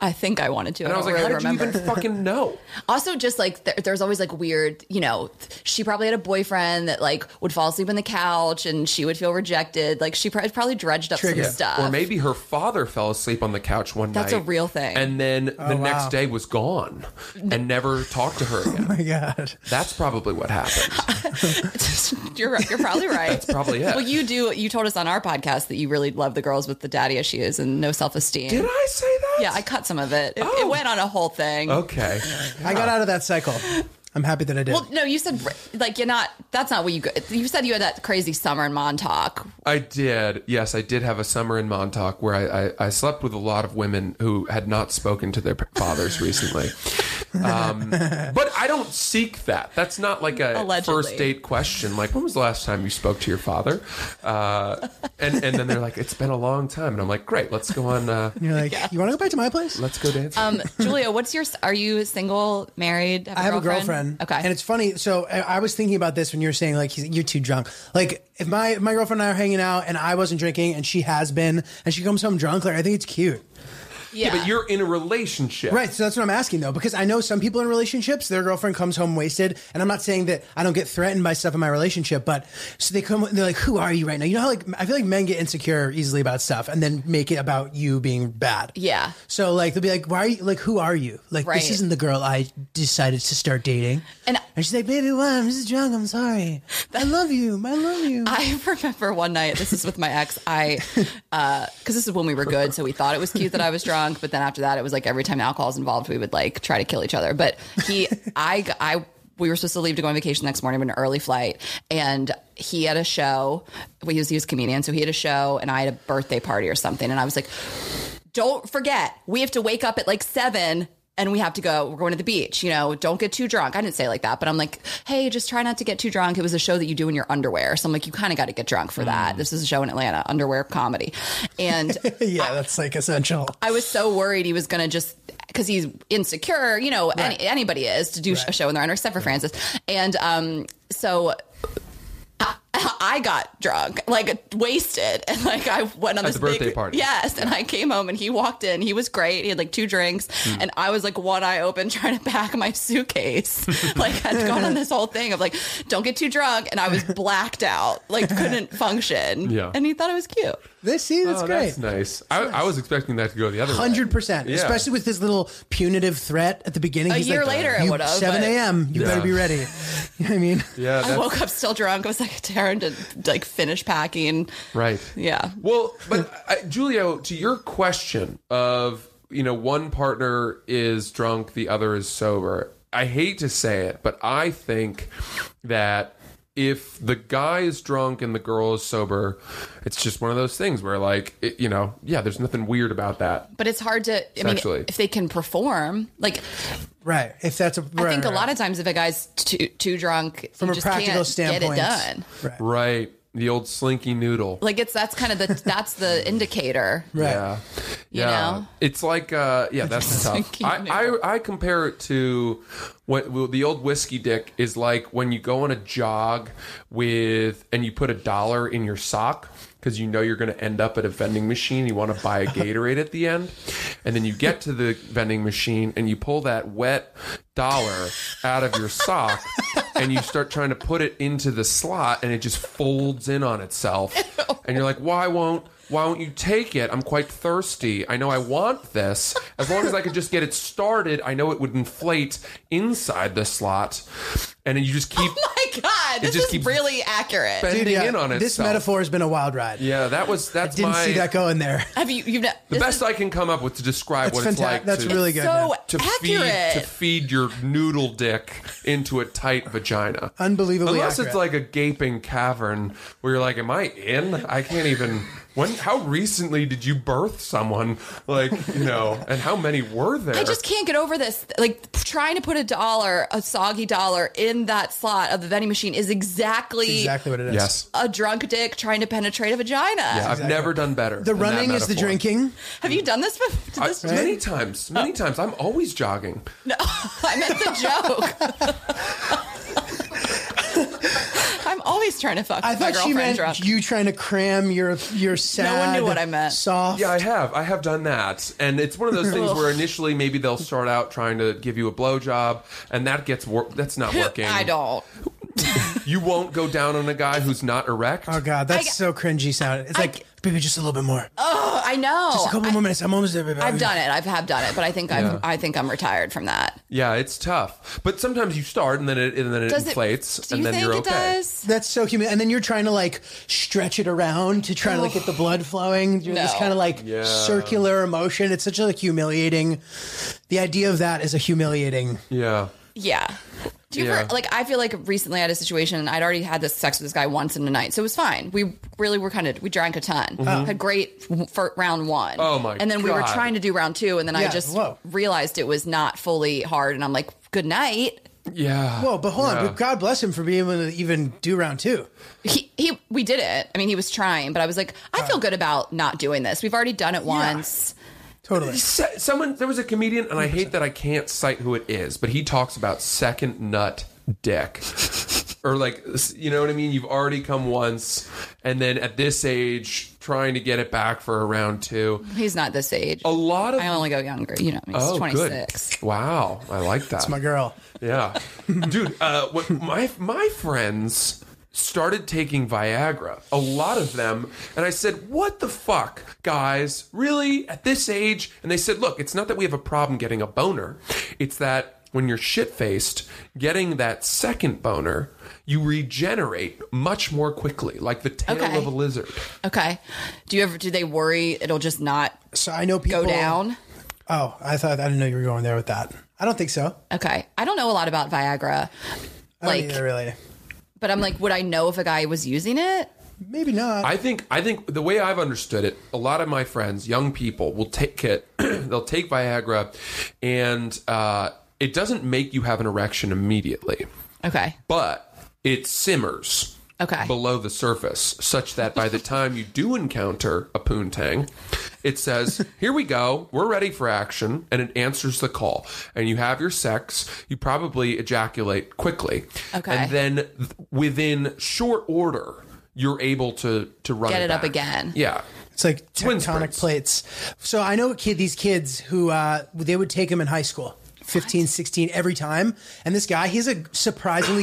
G: I think I wanted to.
E: And I,
G: I,
E: was
G: don't
E: like,
G: really
E: how did
G: remember.
E: you even fucking know?
G: Also, just like there, there's always like weird, you know, she probably had a boyfriend that like would fall asleep on the couch and she would feel rejected. Like she pr- probably dredged up
H: Trigger.
G: some stuff.
E: Or maybe her father fell asleep on the couch one
G: That's
E: night.
G: a real thing.
E: And then the next
H: wow.
E: day was gone and never talked to her again.
H: my God.
E: That's probably what happened.
G: you're you're probably right. That's
E: probably it.
G: Well, you do. You told us on our podcast that you really love the girls with the daddy issues and no self esteem.
E: Did I say that?
G: Yeah, I cut some of it. It,
E: Oh.
G: it went on a whole thing.
E: Okay.
H: I got out of that cycle. I'm happy that I did.
G: Well, no, you said like you're not. That's not what you. go- You said you had that crazy summer in Montauk.
E: I did. Yes, I did have a summer in Montauk where I, I, I slept with a lot of women who had not spoken to their p- fathers recently. Um, but I don't seek that. That's not like a
G: Allegedly.
E: first date question. Like, when was the last time you spoke to your father? Uh, and, and then they're like, it's been a long time. And I'm like, great, let's go on. Uh,
H: And you're like, you want to go back to my place?
E: let's go dance.
G: Um, Julia, what's your? Are you single, married? Have
H: I have a girlfriend.
G: Okay,
H: And it's funny. So I, I was thinking about this when you were saying like he's, you're too drunk. Like if my if my girlfriend and I are hanging out and I wasn't drinking and she has been and she comes home drunk, like I think it's cute.
G: yeah.
E: But you're in a relationship.
H: Right. So that's what I'm asking though, because I know some people in relationships, their girlfriend comes home wasted, and I'm not saying that I don't get threatened by stuff in my relationship, but so they come and they're like, "Who are you right now?" You know how like I feel like men get insecure easily about stuff and then make it about you being bad.
G: Yeah.
H: So like they'll be like, "Why are you like who are you?" Like
G: Right.
H: this isn't the girl I decided to start dating.
G: And-
H: and she's like, "Baby, what? I'm just drunk. I'm sorry. I love you. I love you."
G: I remember one night. This is with my ex. I, because this is when we were good, so we thought it was cute that I was drunk. But then after that, it was like every time alcohol is involved, we would like try to kill each other. But he, I, I, we were supposed to leave to go on vacation the next morning, but an early flight, and he had a show. Well, he was he was a comedian, so he had a show, and I had a birthday party or something, and I was like, don't forget, we have to wake up at like seven and we have to go. We're going to the beach. You know, don't get too drunk. I didn't say it like that, but I'm like, hey, just try not to get too drunk. It was a show that you do in your underwear. So I'm like, you kind of got to get drunk for that. This is a show in Atlanta, underwear comedy. And
H: yeah, that's like essential.
G: I was so worried he was going to just because he's insecure. You know, any, anybody is to do a show in their underwear, except for Francis. And um, so. I- I got drunk, like wasted, and like I went on
E: At
G: this
E: the birthday
G: big-
E: party.
G: Yes, and I came home and he walked in. He was great. He had like two drinks,
E: Hmm.
G: and I was like one eye open trying to pack my suitcase. like I'd gone on this whole thing of like, don't get too drunk, and I was blacked out, like couldn't function.
E: Yeah.
G: and he thought it was cute.
H: This see, that's
E: Oh,
H: great.
E: that's nice. I, I was expecting that to go the other way.
H: Hundred percent,
E: Yeah.
H: especially with this little punitive threat at the beginning.
G: A
H: He's
G: year
H: like,
G: later it
H: "You-
G: would've,
H: Seven
G: but-
H: a.m. You
E: Yeah.
H: better be ready. You know what I mean?
E: Yeah,
G: I
E: that's
G: woke up still drunk. I was like tearing to like finish packing.
E: right.
G: Yeah.
E: Well, but I, Julio, to your question of you know one partner is drunk, the other is sober. I hate to say it, but I think that if the guy is drunk and the girl is sober, it's just one of those things where like it, you know, yeah, there's nothing weird about that.
G: But it's hard to. I mean,
E: Sexually.
G: if they can perform, like
H: Right. If that's a,
G: I think a lot of times, if a guy's too too drunk,
H: from
G: you
H: a
G: just
H: practical
G: can't get
H: standpoint,
G: it done.
H: Right.
E: Right. The old slinky noodle.
G: Like it's that's kind of the that's the indicator.
H: Right.
E: Yeah.
G: You
E: yeah.
G: know?
E: It's like, uh, yeah, that's tough.
G: thinking
E: I, I, I compare it to what well, the old whiskey dick is like when you go on a jog with and you put a dollar in your sock because you know you're going to end up at a vending machine. You want to buy a Gatorade at the end. And then you get to the vending machine and you pull that wet dollar out of your sock and you start trying to put it into the slot and it just folds in on itself. And you're like, why won't why won't you take it? I'm quite thirsty. I know I want this. As long as I could just get it started, I know it would inflate inside the slot. And then you just keep
G: Oh my God, this
E: just
G: is
E: keeps
G: really accurate.
E: bending
H: Dude, yeah,
E: in on itself.
H: uh, This metaphor has been a wild ride.
E: Yeah, that was that's
H: Didn't
E: my
H: see that going there.
G: Have you? You've not,
E: the best I can come up with to describe
H: That's
E: what it's like
H: fantastic. that's
E: to,
H: really good.
G: so
H: man.
E: to feed
G: accurate.
E: to feed your noodle dick into a tight vagina.
H: Unbelievably
E: Unless
H: accurate.
E: it's like a gaping cavern where you're like, "Am I in? I can't even." When? How recently did you birth someone? Like, you know, and how many were there?
G: I just can't get over this. Like trying to put a dollar, a soggy dollar, in that slot of the vending machine is exactly
H: exactly what it is.
E: Yes.
G: a drunk dick trying to penetrate a vagina.
E: Yeah, I've never done better.
H: The
E: than that
H: running is the
E: metaphor.
H: drinking.
G: Have you done this before?
E: I-
G: Did this-
E: Many times,
G: Oh.
E: many times. I'm always jogging.
G: I meant the joke. I'm always trying to fuck
H: I
G: with my
H: thought she
G: girlfriend
H: meant
G: drunk.
H: you trying to cram your your sad.
G: knew what I meant.
H: Soft.
E: Yeah, I have. I have done that. And it's one of those
G: Oh.
E: things where initially maybe they'll start out trying to give you a blowjob, and that gets wor- that's not working.
G: I don't.
E: You won't go down on a guy who's not erect.
F: Oh god, that's so cringy sounding. It's like, baby, just a little bit more.
G: Oh, I know.
F: just a couple more minutes. I'm almost there, baby.
G: I've done it. I've have done it, but I think I'm I think I'm retired from that.
E: Yeah, it's tough. But sometimes you start and then it and then it
G: Does
E: inflates
G: it? Do you
E: and then
G: think
E: you're
G: it
E: okay.
G: does?
H: That's so human. And then you're trying to like stretch it around to try to like get the blood flowing. You're this
G: No.
H: kind of like
E: Yeah.
H: circular emotion. It's such a like humiliating. The idea of that is a humiliating.
E: Yeah.
G: Yeah. Do you
E: Yeah.
G: ever like? I feel like recently I had a situation and I'd already had this sex with this guy once in a night, so it was fine. We really were kind of we drank a ton, had great f- for round one.
E: Mm-hmm. Oh, my
G: And then we were
E: God.
G: trying to do round two, and then I
H: Yeah,
G: just
H: whoa.
G: realized it was not fully hard, and I'm like, good night.
E: Yeah.
H: Whoa, Oh, but hold
E: Yeah.
H: on. God bless him for being able to even do round two.
G: He, he we did it. I mean, he was trying, but I was like, I feel good about not doing this. We've already done it once.
H: Totally.
E: Se- Someone there was a comedian, and I hate that I can't cite who it is, but he talks about second nut dick, or like you know what I mean. You've already come once, and then at this age, trying to get it back for a round two.
G: He's not this age.
E: A lot of
G: I only go younger. You know, he's
E: oh,
G: 26.
E: good. Wow, I like that.
H: My girl.
E: Yeah, dude. Uh, what, my my friends started taking Viagra. A lot of them, and I said, "What the fuck, guys? Really at this age?" And they said, "Look, it's not that we have a problem getting a boner. It's that when you're shit faced, getting that second boner." You regenerate much more quickly, like the tail
G: Okay.
E: of a lizard.
G: Okay. Do you ever do they worry it'll just not
H: So I know people
G: go down?
H: Oh, I thought I didn't know you were going there with that. I don't think so.
G: Okay. I don't know a lot about Viagra.
H: I don't
G: Like
H: either, really.
G: but I'm like would I know if a guy was using it?
H: Maybe not.
E: I think I think the way I've understood it, a lot of my friends, young people, will take it. they'll take Viagra, and uh, it doesn't make you have an erection immediately,
G: Okay.
E: but it simmers
G: Okay.
E: below the surface, such that by the time you do encounter a poontang, it says, "Here we go, we're ready for action," and it answers the call. And you have your sex. You probably ejaculate quickly,
G: Okay.
E: and then th- within short order. You're able to to run
G: Get it up
E: back.
G: again.
E: Yeah.
H: It's like
E: Twin
H: tectonic
E: sprints.
H: plates. So I know kid these kids who uh, they would take him in high school. 15 16 every time and this guy he's a surprisingly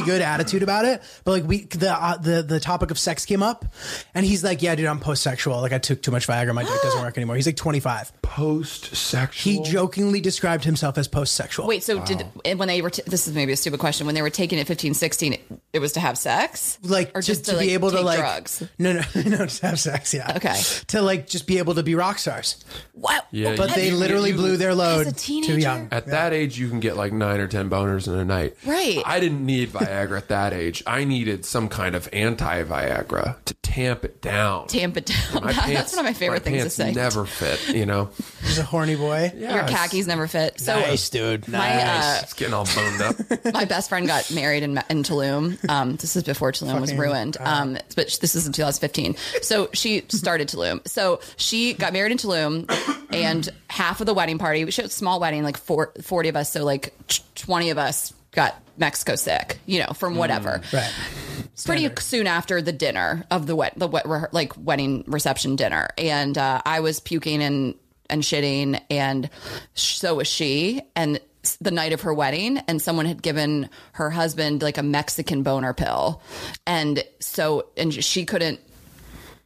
H: good attitude about it but like we the uh, the the topic of sex came up and he's like yeah dude i'm post-sexual like i took too much viagra my dick doesn't work anymore he's like 25
E: Post
H: he
E: sexual.
H: jokingly described himself as post-sexual
G: Wait, so did and when they were t- this is maybe a stupid question when they were taking it 15 16 it, it was to have sex?
H: like
G: or
H: to-
G: just
H: to,
G: to, like,
H: be able to
G: take
H: like
G: drugs.
H: no no no to have sex yeah
G: Okay.
H: to like just be able to be rock stars
G: What?
E: Yeah,
H: but
E: you-
H: they
E: you-
H: literally
E: you-
H: blew their load
G: As a
H: too
G: teenager?
H: young
E: At that age, you can get like nine or ten boners in a night.
G: Right.
E: I didn't need Viagra at that age. I needed some kind of anti-Viagra to tamp it down.
G: Tamp it down.
E: My
G: That's one of my favorite things
E: pants
G: to say.
E: Never fit, you know.
H: he's a horny boy
G: Your khakis never fit. So
H: dude.
G: my uh,
E: It's getting all boned up.
G: my best friend got married in, in Tulum. Um, this is before Tulum was ruined, um, but sh- this is in 2015. So she started Tulum. So she got married in Tulum, and half of the wedding party, she had a small wedding, like four, 40 of us. So like t- 20 of us got Mexico sick, you know, from whatever.
H: Right.
G: Pretty soon after the dinner of the wet, the wet, re- like wedding reception dinner, and uh, I was puking and and shitting, and sh- so was she. And s- the night of her wedding, and someone had given her husband like a Mexican boner pill, and so and she couldn't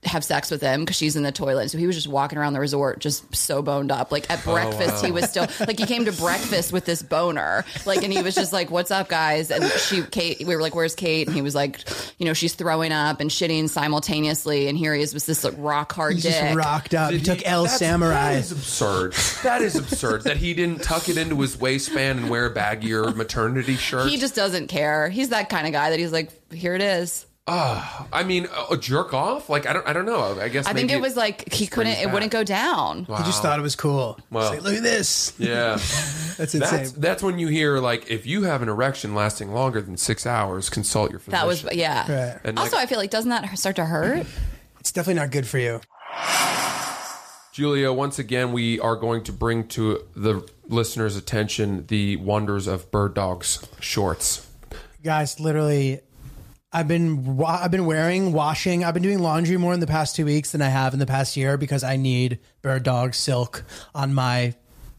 G: have sex with him because she's in the toilet. So he was just walking around the resort, just so boned up. Like
E: Oh,
G: at breakfast, he was still like he came to breakfast with this boner, like, and he was just like, "What's up, guys?" And she, Kate, we were like, "Where's Kate?" And he was like, "You know, she's throwing up and shitting simultaneously." And here he is with this like rock hard
H: He
G: dick.
H: just rocked up. He
E: Did
H: took El
E: that's-
H: Samurai.
E: That is absurd. That is absurd that he didn't tuck it into his waistband and wear a baggier maternity shirt.
G: He just doesn't care. He's that kind of guy that he's like, "Here it is."
E: I mean, a, a jerk off? Like I don't, I don't know. I guess
G: I think
E: maybe
G: it was like he
E: springs
G: couldn't. It
E: back.
G: wouldn't go down.
H: He just thought it was cool.
E: Wow.
H: Wow. Like, Look at this.
E: Yeah.
H: That's insane.
E: That's, that's when you hear like if you have an erection lasting longer than six hours, consult your physician.
G: That was yeah.
H: Right.
E: And
G: Also,
E: like-
G: I feel like doesn't that start to hurt?
H: it's definitely not good for you.
E: Julia. Once again, we are going to bring to the listeners' attention the wonders of Bird Dog's shorts.
H: Guys, literally, I've been wa- I've been wearing, washing. I've been doing laundry more in the past two weeks than I have in the past year because I need bird dog silk on my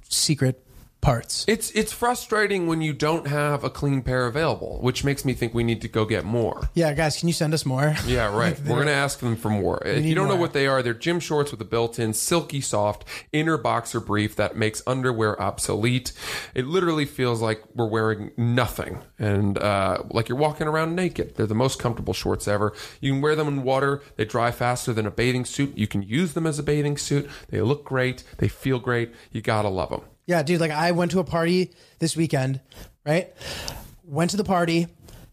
H: secret parts.
E: It's it's frustrating when you don't have a clean pair available, which makes me think we need to go get more.
H: Yeah, guys, can you send us more?
E: Yeah, right. We're gonna ask them for more. If you don't know what they are, they're gym shorts with a built-in silky soft inner boxer brief that makes underwear obsolete. It literally feels like we're wearing nothing, and uh, like you're walking around naked. They're the most comfortable shorts ever. You can wear them in water. They dry faster than a bathing suit. You can use them as a bathing suit. They look great. They feel great. You gotta love them.
H: Yeah, dude, like I went to a party this weekend, right? Went to the party,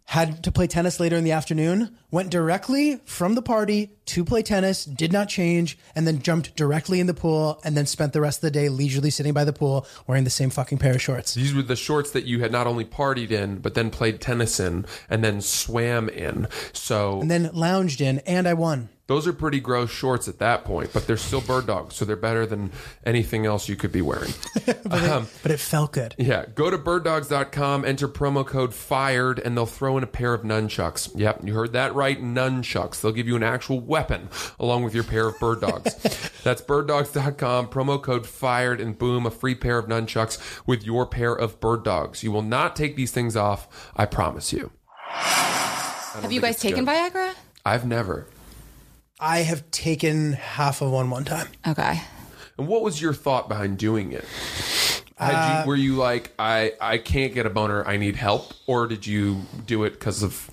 H: had to play tennis later in the afternoon, went directly from the party to play tennis, did not change, and then jumped directly in the pool and then spent the rest of the day leisurely sitting by the pool wearing the same fucking pair of shorts.
E: These were the shorts that you had not only partied in, but then played tennis in, and then swam in. So
H: And then lounged in and I won.
E: those are pretty gross shorts at that point, but they're still bird dogs, so they're better than anything else you could be wearing.
H: But it felt good.
E: Yeah, go to birddogs.com, enter promo code FIRED, and they'll throw in a pair of nunchucks. Yep, you heard that right, nunchucks. They'll give you an actual weapon along with your pair of bird dogs. That's birddogs.com, promo code FIRED, and boom, a free pair of nunchucks with your pair of bird dogs. You will not take these things off, I promise you.
G: Have you guys taken Viagra?
E: I've never.
H: I have taken half of one one time.
G: Okay.
E: And what was your thought behind doing it? Had you, were you like, I, I can't get a boner, I need help? Or did you do it because of,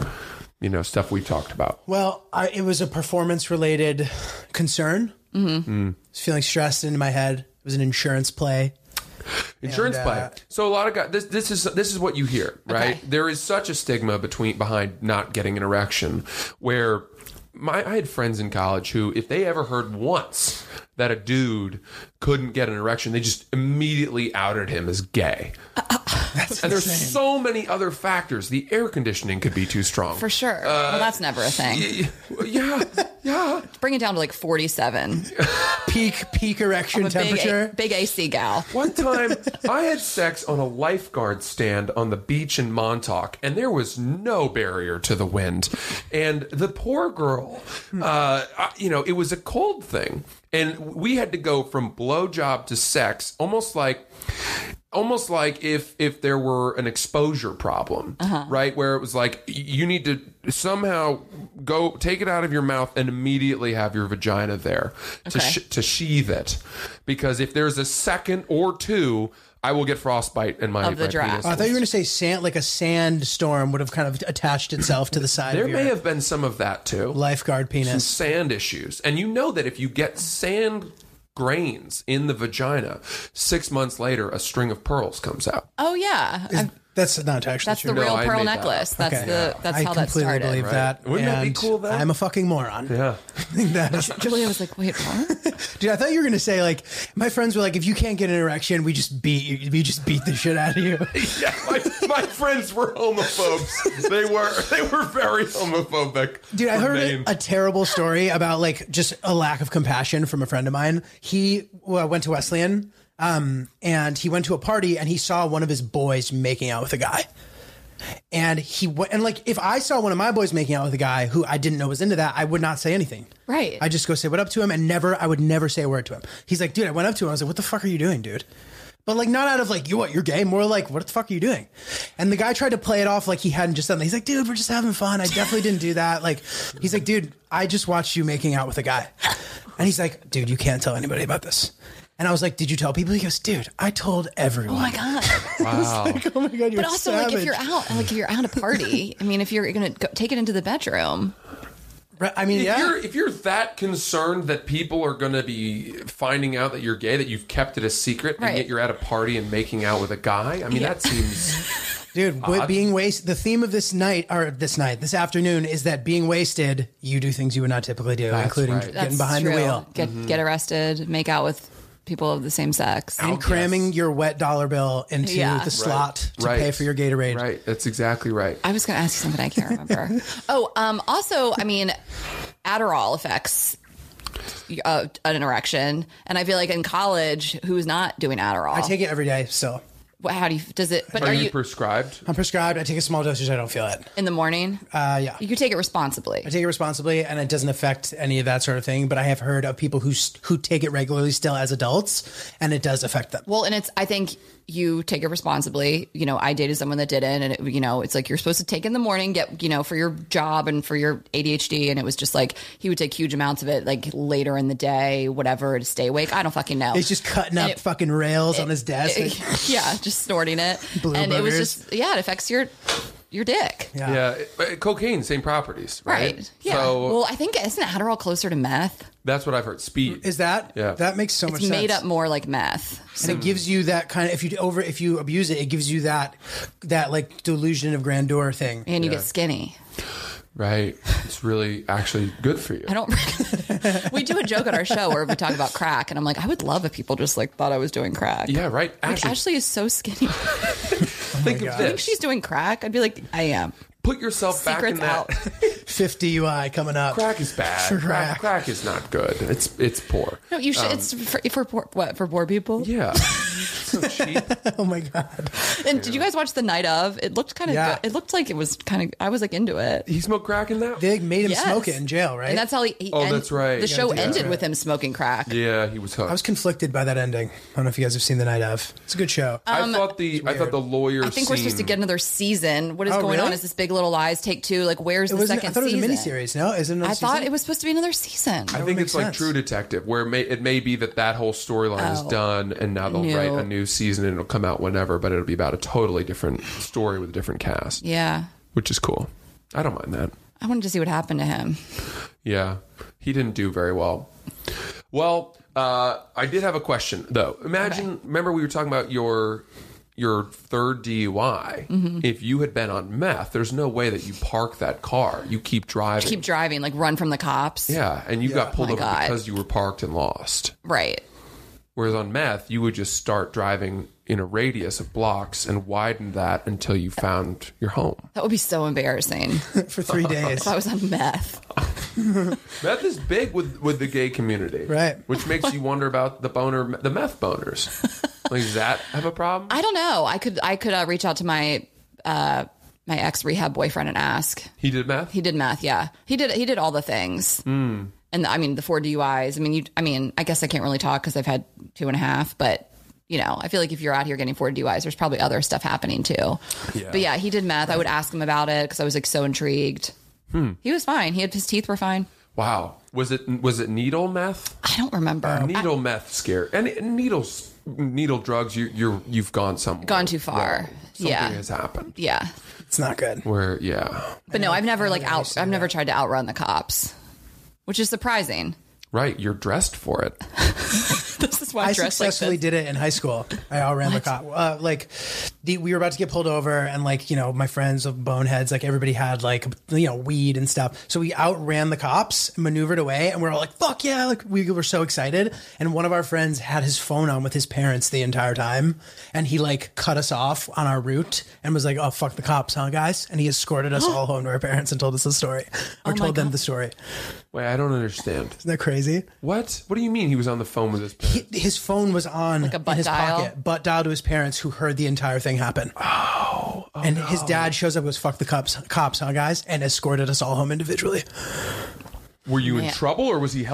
E: you know, stuff we talked about?
H: Well, I, it was a performance related concern. Mm-hmm. I was feeling stressed in my head. It was an insurance play.
E: Insurance
H: And,
E: plan.
H: uh,
E: So a lot of guys. This this is this is what you hear, right? There is such a stigma between behind not getting an erection, where my I had friends in college who, if they ever heard once that a dude couldn't get an erection, they just immediately outed him as gay. and there's so many other factors. The air conditioning could be too strong.
G: For sure.
E: Uh,
G: well, that's never a thing.
E: Yeah, yeah.
G: Bring it down to like 47.
H: peak peak erection
G: I'm a big,
H: temperature.
G: A- big AC gal.
E: One time, I had sex on a lifeguard stand on the beach in Montauk, and there was no barrier to the wind. And the poor girl, uh, I- you know, it was a cold thing, and we had to go from blowjob to sex, almost like. Almost like if if there were an exposure problem,
G: Uh-huh.
E: right? Where it was like y- you need to somehow go take it out of your mouth and immediately have your vagina there to
G: Okay.
E: sh- to sheathe it because if there's a second or two, I will get frostbite in my,
G: Of the
E: my
G: draft.
E: penis.
H: I thought you were going to say sand, like a sandstorm would have kind of attached itself to the side
E: there
H: of your
E: may have been some of that too.
H: lifeguard penis.
E: Sand issues. And you know that if you get sand grains in the vagina, six months later, a string of pearls comes out.
G: Oh, yeah. I've-
H: That's not actually
G: that's the
H: true.
E: No,
G: real
E: I
G: pearl
E: made that
G: necklace.
E: up.
G: That's
H: Okay.
G: the that's
H: I
G: how that
H: completely
G: started.
H: believe that.
E: Wouldn't that be
H: and
E: cool, though?
H: I'm a fucking moron.
E: Yeah.
H: That is-
G: Julia was like, "Wait, what?"
H: dude, I thought you were gonna say like my friends were like, if you can't get an erection, we just beat you. We just beat the shit out of you.
E: Yeah, my, my friends were homophobes. They were they were very homophobic.
H: Dude, I
E: for
H: heard
E: Maine.
H: a, a terrible story about like just a lack of compassion from a friend of mine. He well, went to Wesleyan, um, and he went to a party and he saw one of his boys making out with a guy. And he went and like if I saw one of my boys making out with a guy who I didn't know was into that, I would not say anything.
G: Right.
H: I just go say what up to him and never I would never say a word to him. He's like, dude, I went up to him. I was like, what the fuck are you doing, dude? But like not out of like you what you're gay, more like what the fuck are you doing? And the guy tried to play it off like he hadn't just done. that. He's like, dude, we're just having fun. I definitely didn't do that. Like he's like, dude, I just watched you making out with a guy, and he's like, dude, you can't tell anybody about this. And I was like, did you tell people? He goes, dude, I told everyone.
G: Oh my god!
E: wow.
H: oh my god, you're
G: But also,
H: savage.
G: like, if you're out, like, if you're out at a party, I mean, if you're gonna go, take it into the bedroom,
H: Right, I mean,
E: If
H: yeah.
E: you're if you're that concerned that people are going to be finding out that you're gay, that you've kept it a secret,
G: Right.
E: and yet you're at a party and making out with a guy, I mean that seems
H: Dude,
E: Uh,
H: what being wasted. The theme of this night, or this night, this afternoon, is that being wasted, you do things you would not typically do, including
E: right.
H: getting behind the
G: true.
H: wheel
G: Get
E: Mm-hmm.
G: get arrested, make out with people of the same sex.
H: and cramming your wet dollar bill into
G: Yeah.
H: the slot to
E: Oh, right
H: pay for your Gatorade.
E: Right, that's exactly right.
G: I was going to ask you something I can't remember. oh, um, also, I mean, Adderall affects uh, an erection, and I feel like in college, who's not doing Adderall?
H: I take it every day, so
G: wh- how do you does it? But
E: Are,
G: are,
E: you,
G: you
E: prescribed?
H: I'm prescribed. I take a small dosage. I don't feel it.
G: in the morning?
H: Uh, yeah.
G: You could take it responsibly.
H: I take it responsibly, and it doesn't affect any of that sort of thing. But I have heard of people who s- who take it regularly still as adults, and it does affect them.
G: Well, and it's I think you take it responsibly. You know, I dated someone that didn't, and it, you know, it's like you're supposed to take in the morning, get you know, for your job and for your ADHD, and it was just like he would take huge amounts of it like later in the day, whatever, to stay awake. I don't fucking know.
H: It's just cutting up
G: it-
H: fucking rails on his desk. Like,
G: yeah, just snorting it,
H: Blue
G: and it was
H: boogers.
G: just yeah, it affects your your dick.
H: yeah.
E: Yeah, it- but cocaine, same properties, right?
G: Right. Yeah.
E: So
G: well, I think isn't Adderall closer to meth? Um,
H: Oh
E: Um, uh,
G: uh,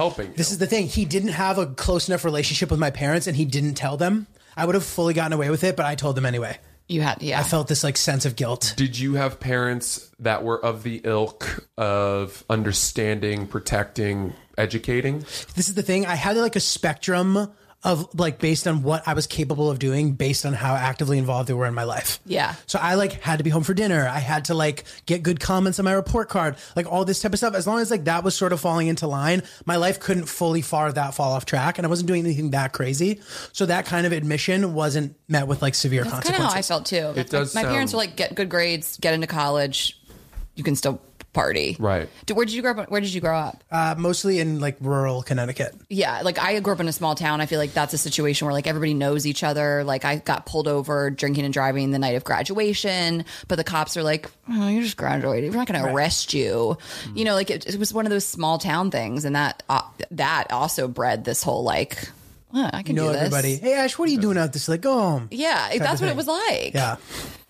G: "Oh, uh,
H: uh, "Oh, Oh, Uh,
G: "Huh, I can
H: know
G: do this.
H: everybody. Hey Ash, what are you doing out this? Like, go home.
G: Yeah, that's what
H: thing.
G: it was like.
H: Yeah.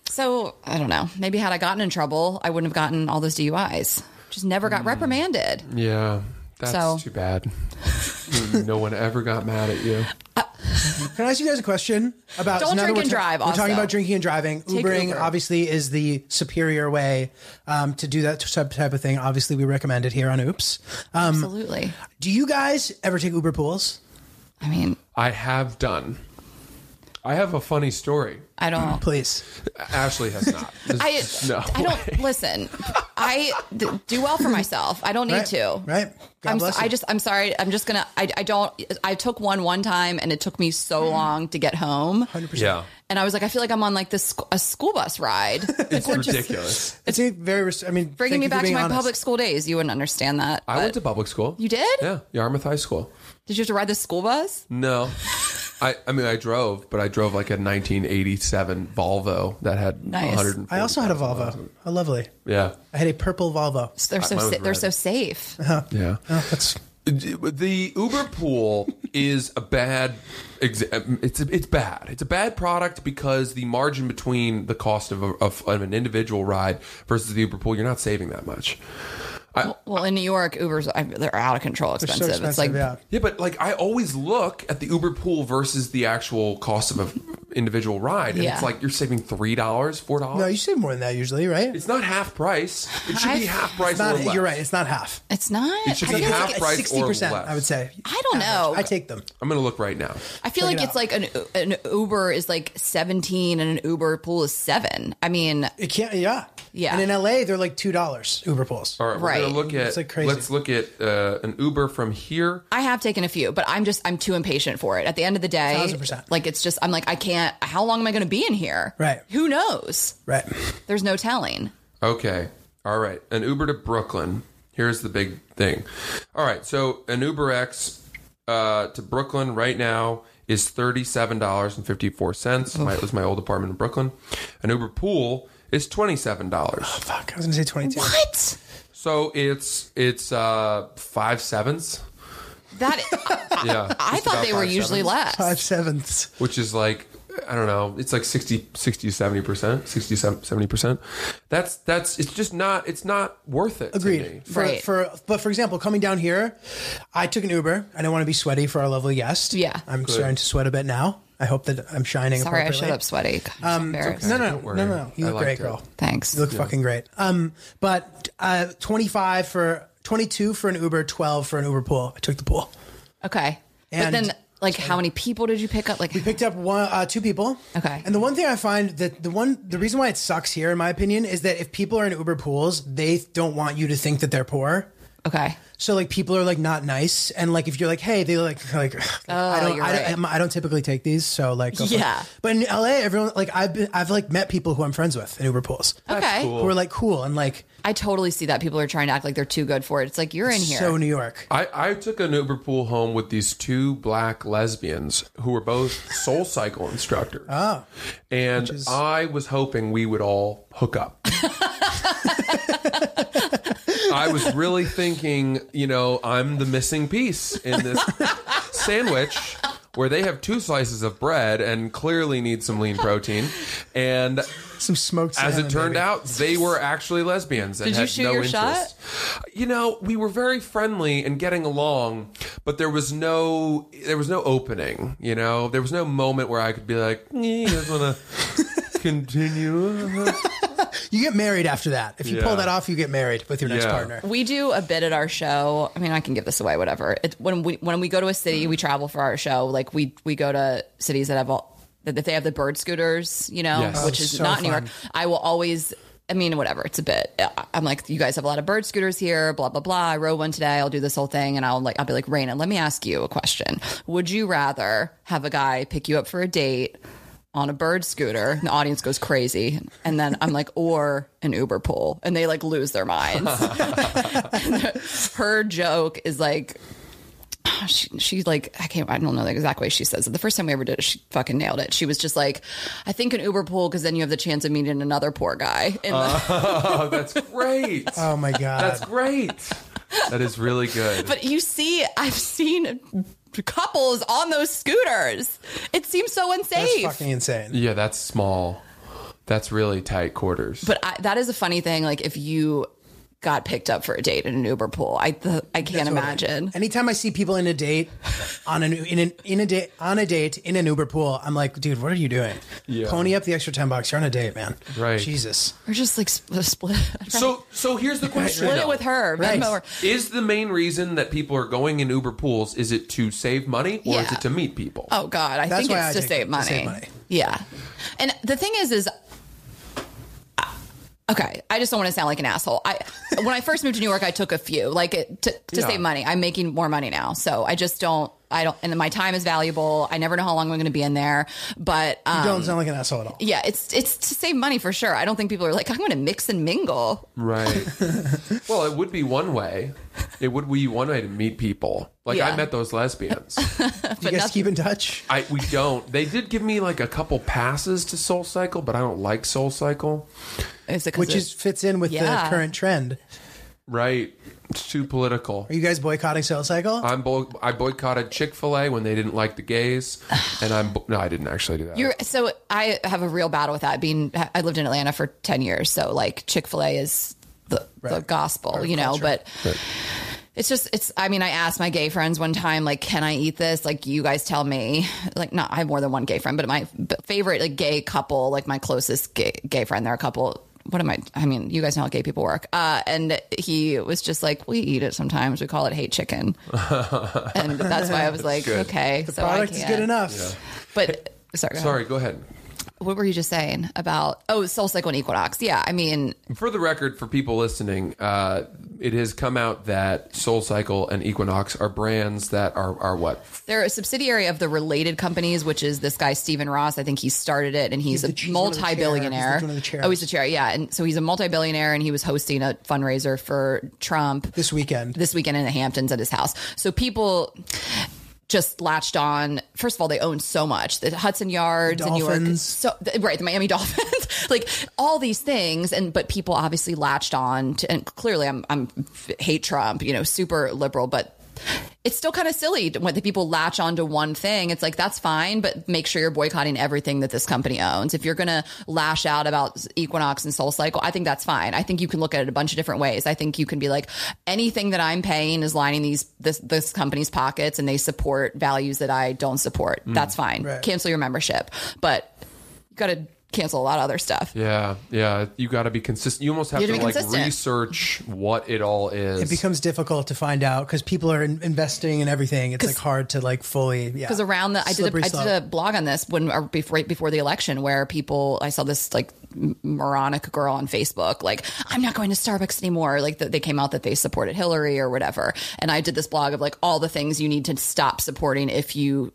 G: So I don't know. Maybe had I gotten in trouble, I wouldn't have gotten all those DUIs. Just never
H: Hmm.
G: got reprimanded.
E: Yeah. That's
G: So-
E: too bad. no one ever got mad at you.
H: Can I ask you guys a question about?
G: Don't
H: now that
G: drink
H: we're
G: and drive
H: We're talking
G: also.
H: about drinking and driving.
G: Take
H: Ubering
G: Uber.
H: obviously is the superior way um, to do that type type of thing. Obviously, we recommend it here on Oops. Um,
G: Absolutely.
H: Do you guys ever take Uber pools?
G: I mean,
E: I have done. I have a funny story.
G: I don't.
H: Please.
E: Ashley has not.
G: I
E: no.
G: I don't listen. I d- do well for myself. I don't need
H: Right.
G: to.
H: Right. God
G: I'm,
H: bless
G: I
H: you.
G: just I'm sorry. I'm just gonna. I I don't. I took one one time, and it took me
H: Hmm.
G: so long to get home.
E: Yeah.
G: And I was like, I feel like I'm on like this sc- a school bus ride. Like,
E: It's
G: we're just-
E: ridiculous.
H: It's a very. res- I mean,
G: bringing
H: thank
G: me
H: you for
G: back to
H: being
G: my
H: honest.
G: public school days. You wouldn't understand that.
E: I
G: but-
E: went to public school.
G: You did?
E: Yeah. Yarmouth High School.
G: Did you have to ride the school bus?
H: Mm.
E: No. I, I mean, I drove, but I drove like a 1987 Volvo that had
G: Nice.
E: 140.
H: I also had a Volvo. A lovely.
E: Yeah.
H: I had a purple Volvo.
G: They're so
E: mine was
G: sa- they're
E: red.
G: so safe.
E: Yeah.
H: Oh, that's
E: Uh, The Uber pool is a bad. ex- It's it's bad. It's a bad product because the margin between the cost of, a, of an individual ride versus the Uber pool, you're not saving that much.
G: Well, in New York, Ubers I- they're out of control
H: they're
G: expensive.
H: so expensive.
G: It's like
H: yeah.
E: Yeah, but like I always look at the Uber pool versus the actual cost of an individual ride, and
G: Yeah.
E: it's like you're saving three dollars, four dollars.
H: No, you save more than that usually, right?
E: it's not half price. It should be
G: I've-
E: half price.
H: It's not.
E: or less.
H: You're right. It's not half.
G: it's not.
E: It should
G: I
E: be
G: feel
E: half
G: like,
E: price or
H: Sixty percent,
E: less.
H: I would say.
G: I don't know.
H: I take them.
E: I'm gonna look right now.
G: I feel like
H: it
G: it's like an an Uber is like 17 and an Uber pool is 7. I mean,
H: It can't. Yeah.
G: Yeah.
H: And in LA, they're like two dollars Uber pools.
E: All right, we're
G: Right.
E: gonna look at.
H: It's like crazy.
E: Let's look at uh, an Uber from here.
G: I have taken a few, but I'm just I'm too impatient for it. At the end of the day,
H: 1000%.
G: like it's just I'm like I can't how long am I going to be in here?
H: Right.
G: Who knows?
H: Right.
G: There's no telling.
E: Okay. All right. An Uber to Brooklyn. Here's the big thing. All right. So an Uber X uh, to Brooklyn right now is thirty-seven dollars and fifty-four cents. My, it was my old apartment in Brooklyn. An Uber pool is twenty-seven dollars.
H: Fuck. I was gonna say twenty-two.
G: What?
E: So it's it's uh, five sevens.
G: That
E: Yeah.
G: I
E: just
G: thought
E: about
G: they were
E: five
G: usually
E: sevens,
G: less.
H: Five sevenths.
E: which is like. I don't know. It's like 60, 60 to 70 percent, 60 70 percent. That's that's it's just not it's not worth it. to me.
H: Agreed. For,
G: Right.
H: for but for example, coming down here, I took an Uber. I don't want to be sweaty for our lovely guest.
G: Yeah.
H: I'm starting to sweat a bit now. I hope that I'm shining.
G: Sorry, I
H: appropriately.
G: showed up sweaty. God, I'm embarrassed.
H: Um, No, no,
E: Don't
H: no,
E: worry.
H: no, no. You
E: I
H: look
E: liked
H: great,
E: it.
H: girl.
G: Thanks.
H: You look fucking great. Um, but uh, 25 for 22 for an Uber, 12 for an Uber pool. I took the pool.
G: Okay.
H: And-
G: but then, like, how many people did you pick up? Like,
H: picked up one uh, two people.
G: Okay.
H: And the one thing I find that the one the reason why it sucks here, in my opinion, is that if people are in Uber pools, they don't want you to think that they're poor.
G: okay.
H: So like people are like not nice, and like if you're like, hey, they like like I don't
G: Oh, you're
H: I,
G: right.
H: don't I don't typically take these, so like go for it.
G: Yeah.
H: But in LA, everyone like I've been, I've like met people who I'm friends with in Uber pools
G: Okay.
H: who are like cool and like
G: I totally see that people are trying to act like they're too good for it. It's like you're in here.
H: so New York.
E: I, I took an Uber pool home with these two black lesbians who were both soul cycle instructors. Oh. And I was hoping we would all hook up. I was really thinking, you know, I'm the missing piece in this sandwich where they have two slices of bread and clearly need some lean protein. And
H: Some smoked.
E: as
H: salmon,
E: it turned
H: maybe.
E: out, they were actually lesbians. And
G: Did you
E: had
G: shoot
E: no
G: your
E: interest. You know, we were very friendly and getting along, but there was no there was no opening. You know, there was no moment where I could be like, "Eh, you guys want to continue?
H: you get married after that. If you
E: Yeah.
H: pull that off, you get married with your next
E: Yeah.
H: partner.
G: we do a bit at our show. I mean, I can give this away, whatever. It, when we when we go to a city, we travel for our show. Like we we go to cities that have all that that they have the bird scooters, you know,
E: Yes.
G: which
H: Oh,
G: is
H: so
G: not New York.
H: fun.
G: I will always. I mean, whatever. It's a bit. I- I'm like, you guys have a lot of bird scooters here. Blah blah blah. I rode one today. I'll do this whole thing, and I'll like, I'll be like, Raina, let me ask you a question. Would you rather have a guy pick you up for a date on a bird scooter? And the audience goes crazy, and then I'm like, or an Uber pool, and they like lose their minds her joke is like she, she like I can't I don't know the exact way she says it. The first time we ever did it, she fucking nailed it. She was just like, I think an Uber pool because then you have the chance of
H: Uh.
G: meeting another poor guy. And
E: oh, that's great.
H: Oh my god.
E: That's great. That is really good.
G: But you see, I've seen couples on those scooters. It seems so
H: That's
G: unsafe.
H: fucking insane.
E: yeah, that's small. That's really tight quarters.
G: but I, that is a funny thing. Like if you got picked up for a date in an Uber pool, I th- I can't imagine.
H: Anytime I see people in a date on an in an in a date on a date in an Uber pool, I'm like, dude, what are you doing?
E: Yeah.
H: Pony up the extra ten bucks. You're on a date, man.
E: Right.
H: Jesus.
G: Or just like split, split,
E: so so here's the question.
G: split it
E: though.
G: with her.
H: Right.
G: Venmo her.
E: Is the main reason that people are going in Uber pools is it to save money or is
G: Yeah.
E: it to meet people?
G: Oh God, I
H: That's
G: think
H: why
G: it's
H: I
G: to
H: take
G: save
H: it, to
G: money.
H: save money.
G: Yeah, and the thing is, is okay. I just don't want to sound like an asshole. I when I first moved to New York, I took a few like it, to, to
E: Yeah.
G: save money. I'm making more money now, so I just don't. I don't, and my time is valuable. I never know how long I'm going to be in there, but um,
H: Don't sound like an asshole at all.
G: yeah, it's it's to save money for sure. I don't think people are like I'm going to mix and mingle.
E: Right. well, it would be one way. It would be one way to meet people. Like I
G: Yeah.
E: met those lesbians.
H: Do you guys keep in touch?
E: I we don't. They did give me like a couple passes to Soul Cycle, but I don't like Soul Cycle.
G: Is it 'cause
H: Which
G: it-
H: is fits in with
G: Yeah.
H: the current trend.
E: Right. It's too political.
H: Are you guys boycotting Sales Cycle?
E: I'm boy- I boycotted Chick Fil A when they didn't like the gays, and I'm bo- no, I didn't actually do that.
G: You're, so I have a real battle with that. Being I lived in Atlanta for ten years, so like Chick Fil A is the, the gospel, you know. But it's just it's. I mean, I asked my gay friends one time, like, "Can I eat this?" Like, you guys tell me. Like, not I have more than one gay friend, but my b- favorite like gay couple, like my closest gay, gay friend, they're a couple. What am I? I mean, you guys know how gay people work. Uh, and he was just like, "We eat it sometimes. We call it hate chicken," and that's why I was like, "Okay,
H: the product is good enough.
G: But sorry, go ahead
E: Sorry, go ahead.
G: what were you just saying about oh soul cycle and equinox yeah i mean
E: For the record, for people listening, uh, it has come out that Soul Cycle and Equinox are brands that are are what
G: they're a subsidiary of the related companies which is this guy stephen ross i think he started it and he's,
H: the-
G: a
H: he's one of the chair-
G: multi-billionaire
H: he's one of the chairs.
G: oh he's the chair yeah and so he's a multi-billionaire and he was hosting a fundraiser for trump
H: This weekend.
G: this weekend in the hamptons at his house so people just latched on. First of all, they own so much. The Hudson Yards in New York.
H: Dolphins.
G: So th- right, the Miami Dolphins, like all these things, and but people obviously latched on to, and clearly, I'm I'm hate Trump, you know, super liberal, but it's still kind of silly to- when the people latch on to one thing. It's like that's fine, but make sure you're boycotting everything that this company owns. If you're gonna lash out about Equinox and Soul Cycle, I think that's fine. I think you can look at it a bunch of different ways. I think you can be like, anything that I'm paying is lining these this this company's pockets, and they support values that I don't support. That's fine. Cancel your membership, but you got to cancel a lot of other stuff.
E: Yeah, yeah. You got to be consistent. You almost have
G: You
E: to,
G: have to be
E: like
G: consistent.
E: research what it all is.
H: It becomes difficult to find out because people are in- investing in everything. It's like hard to like fully. Yeah.
G: because around the I did, a,
H: Slippery
G: I
H: slope.
G: did a blog on this when or before, right before the election where people I saw this like m- moronic girl on Facebook like I'm not going to Starbucks anymore like that they came out that they supported Hillary or whatever and I did this blog of like all the things you need to stop supporting if you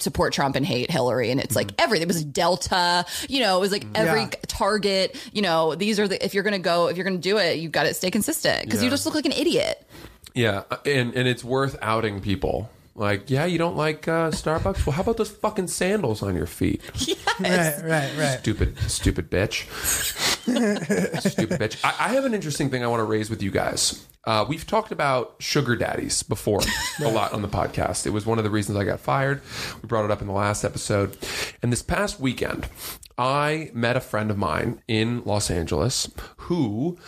G: support Trump and hate Hillary and it's like everything it was Delta you know it was like every
H: Mm-hmm. Yeah.
G: target you know these are the if you're gonna go if you're gonna do it you've got to stay consistent because you
E: Yeah.
G: just look like an idiot
E: yeah, and and it's worth outing people. Like, yeah, you don't like uh, Starbucks. Well, how about those fucking sandals on your feet?
H: right, right, right.
E: Stupid, stupid bitch. stupid bitch. I, I have an interesting thing I want to raise with you guys. Uh, we've talked about sugar daddies before a lot on the podcast. It was one of the reasons I got fired. We brought it up in the last episode. And this past weekend, I met a friend of mine in Los Angeles who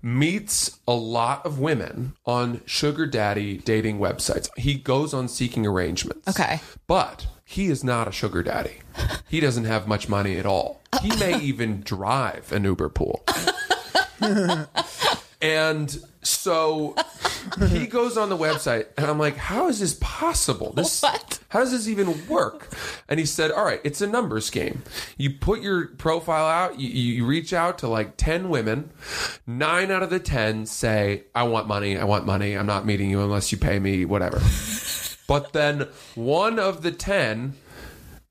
E: meets a lot of women on sugar daddy dating websites. He goes on seeking arrangements.
G: Okay.
E: But he is not a sugar daddy. He doesn't have much money at all. He may even drive an Uber pool. and so he goes on the website and I'm like, how is this possible? This
G: What?
E: how does this even work? And he said, All right, it's a numbers game. You put your profile out, you, you reach out to like 10 women. Nine out of the 10 say, I want money, I want money, I'm not meeting you unless you pay me, whatever. but then one of the 10